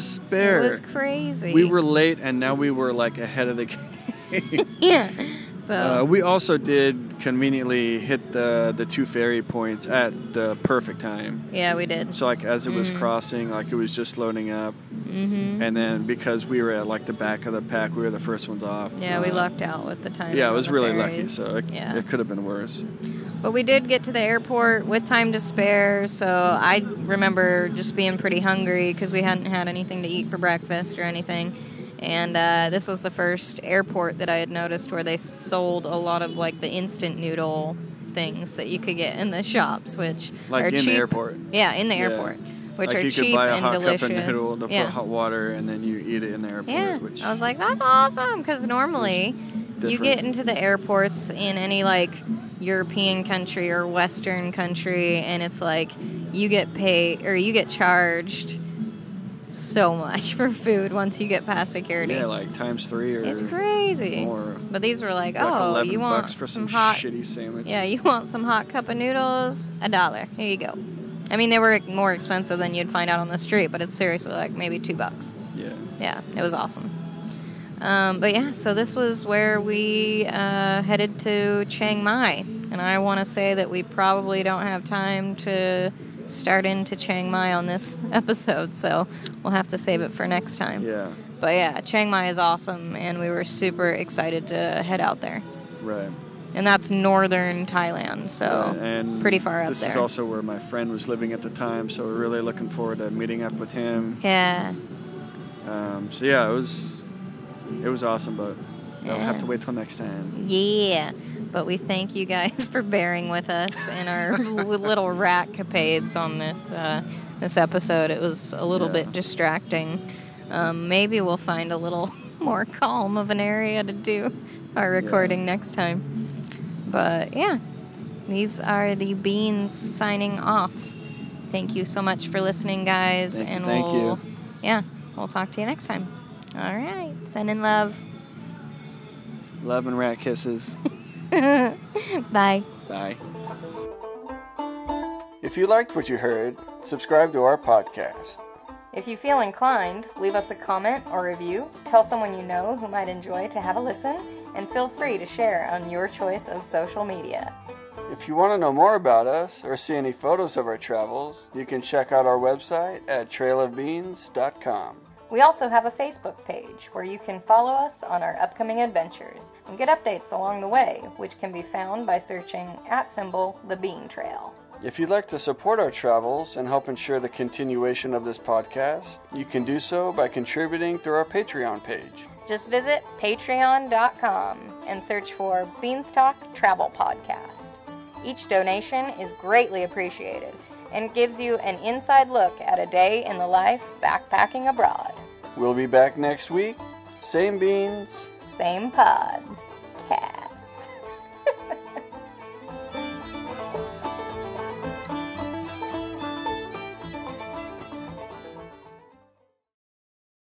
[SPEAKER 1] It
[SPEAKER 2] spare.
[SPEAKER 1] was crazy.
[SPEAKER 2] We were late, and now we were like ahead of the game.
[SPEAKER 1] Yeah. So.
[SPEAKER 2] Uh, we also did conveniently hit the the two ferry points at the perfect time.
[SPEAKER 1] yeah, we did.
[SPEAKER 2] So like as it was
[SPEAKER 1] Mhm.
[SPEAKER 2] crossing, like it was just loading up,
[SPEAKER 1] Mm-hmm.
[SPEAKER 2] and then because we were at like the back of the pack, we were the first ones off.
[SPEAKER 1] yeah, we
[SPEAKER 2] Uh,
[SPEAKER 1] lucked out with the time.
[SPEAKER 2] Yeah, it
[SPEAKER 1] on
[SPEAKER 2] was
[SPEAKER 1] the
[SPEAKER 2] really lucky.
[SPEAKER 1] ferries.
[SPEAKER 2] So it,
[SPEAKER 1] Yeah.
[SPEAKER 2] it could have been worse.
[SPEAKER 1] But we did get to the airport with time to spare, so I remember just being pretty hungry because we hadn't had anything to eat for breakfast or anything. And uh, this was the first airport that I had noticed where they sold a lot of like the instant noodle things that you could get in the shops, which
[SPEAKER 2] Like
[SPEAKER 1] are
[SPEAKER 2] in
[SPEAKER 1] cheap.
[SPEAKER 2] the airport,
[SPEAKER 1] Yeah, in the
[SPEAKER 2] Yeah.
[SPEAKER 1] airport, which
[SPEAKER 2] like
[SPEAKER 1] are
[SPEAKER 2] you
[SPEAKER 1] cheap
[SPEAKER 2] could buy a
[SPEAKER 1] and
[SPEAKER 2] hot
[SPEAKER 1] delicious.
[SPEAKER 2] cup of noodle, they put
[SPEAKER 1] yeah.
[SPEAKER 2] hot water, and then you eat it in the airport.
[SPEAKER 1] Yeah,
[SPEAKER 2] which
[SPEAKER 1] I was like, that's awesome because normally you
[SPEAKER 2] different.
[SPEAKER 1] get into the airports in any like European country or Western country, and it's like you get paid or you get charged so much for food once you get past security.
[SPEAKER 2] yeah, like times three or
[SPEAKER 1] it's crazy.
[SPEAKER 2] more.
[SPEAKER 1] But these were like,
[SPEAKER 2] like
[SPEAKER 1] oh,
[SPEAKER 2] 11
[SPEAKER 1] you want
[SPEAKER 2] bucks for
[SPEAKER 1] some,
[SPEAKER 2] some,
[SPEAKER 1] hot,
[SPEAKER 2] shitty sandwich.
[SPEAKER 1] yeah, you want some hot cup of noodles? A dollar. Here you go. I mean, they were more expensive than you'd find out on the street, but it's seriously like maybe two bucks
[SPEAKER 2] Yeah.
[SPEAKER 1] yeah, it was awesome. Um, but yeah, so this was where we uh, headed to Chiang Mai, and I want to say that we probably don't have time to start into Chiang Mai on this episode, so we'll have to save it for next time.
[SPEAKER 2] Yeah.
[SPEAKER 1] But yeah, Chiang Mai is awesome, and we were super excited to head out there.
[SPEAKER 2] Right.
[SPEAKER 1] And that's northern Thailand, so
[SPEAKER 2] Right, and
[SPEAKER 1] pretty far up
[SPEAKER 2] This is
[SPEAKER 1] there.
[SPEAKER 2] also where my friend was living at the time, so we're really looking forward to meeting up with him.
[SPEAKER 1] yeah,
[SPEAKER 2] Um, so yeah, it was it was awesome, but I'll
[SPEAKER 1] Yeah.
[SPEAKER 2] have to wait till next time.
[SPEAKER 1] yeah. But we thank you guys for bearing with us and our little rat capades on this uh, this episode. It was a little
[SPEAKER 2] Yeah.
[SPEAKER 1] bit distracting. Um, maybe we'll find a little more calm of an area to do our
[SPEAKER 2] Yeah.
[SPEAKER 1] recording next time. But yeah, these are the beans signing off. Thank you so much for listening, guys,
[SPEAKER 2] Thank you,
[SPEAKER 1] and
[SPEAKER 2] thank you.
[SPEAKER 1] we'll yeah we'll talk to you next time. All right, sending love.
[SPEAKER 2] Love and rat kisses.
[SPEAKER 1] Bye.
[SPEAKER 2] Bye.
[SPEAKER 3] If you liked what you heard, subscribe to our podcast.
[SPEAKER 4] If you feel inclined, leave us a comment or review, tell someone you know who might enjoy to have a listen, and feel free to share on your choice of social media.
[SPEAKER 3] If you want to know more about us or see any photos of our travels, you can check out our website at trailofbeans.com.
[SPEAKER 4] We also have a Facebook page where you can follow us on our upcoming adventures and get updates along the way, which can be found by searching at symbol the Bean Trail.
[SPEAKER 3] If you'd like to support our travels and help ensure the continuation of this podcast, you can do so by contributing through our Patreon page.
[SPEAKER 4] Just visit patreon.com and search for Beanstalk Travel Podcast. Each donation is greatly appreciated and gives you an inside look at a day in the life backpacking abroad.
[SPEAKER 3] We'll be back next week. Same beans,
[SPEAKER 4] Same pod.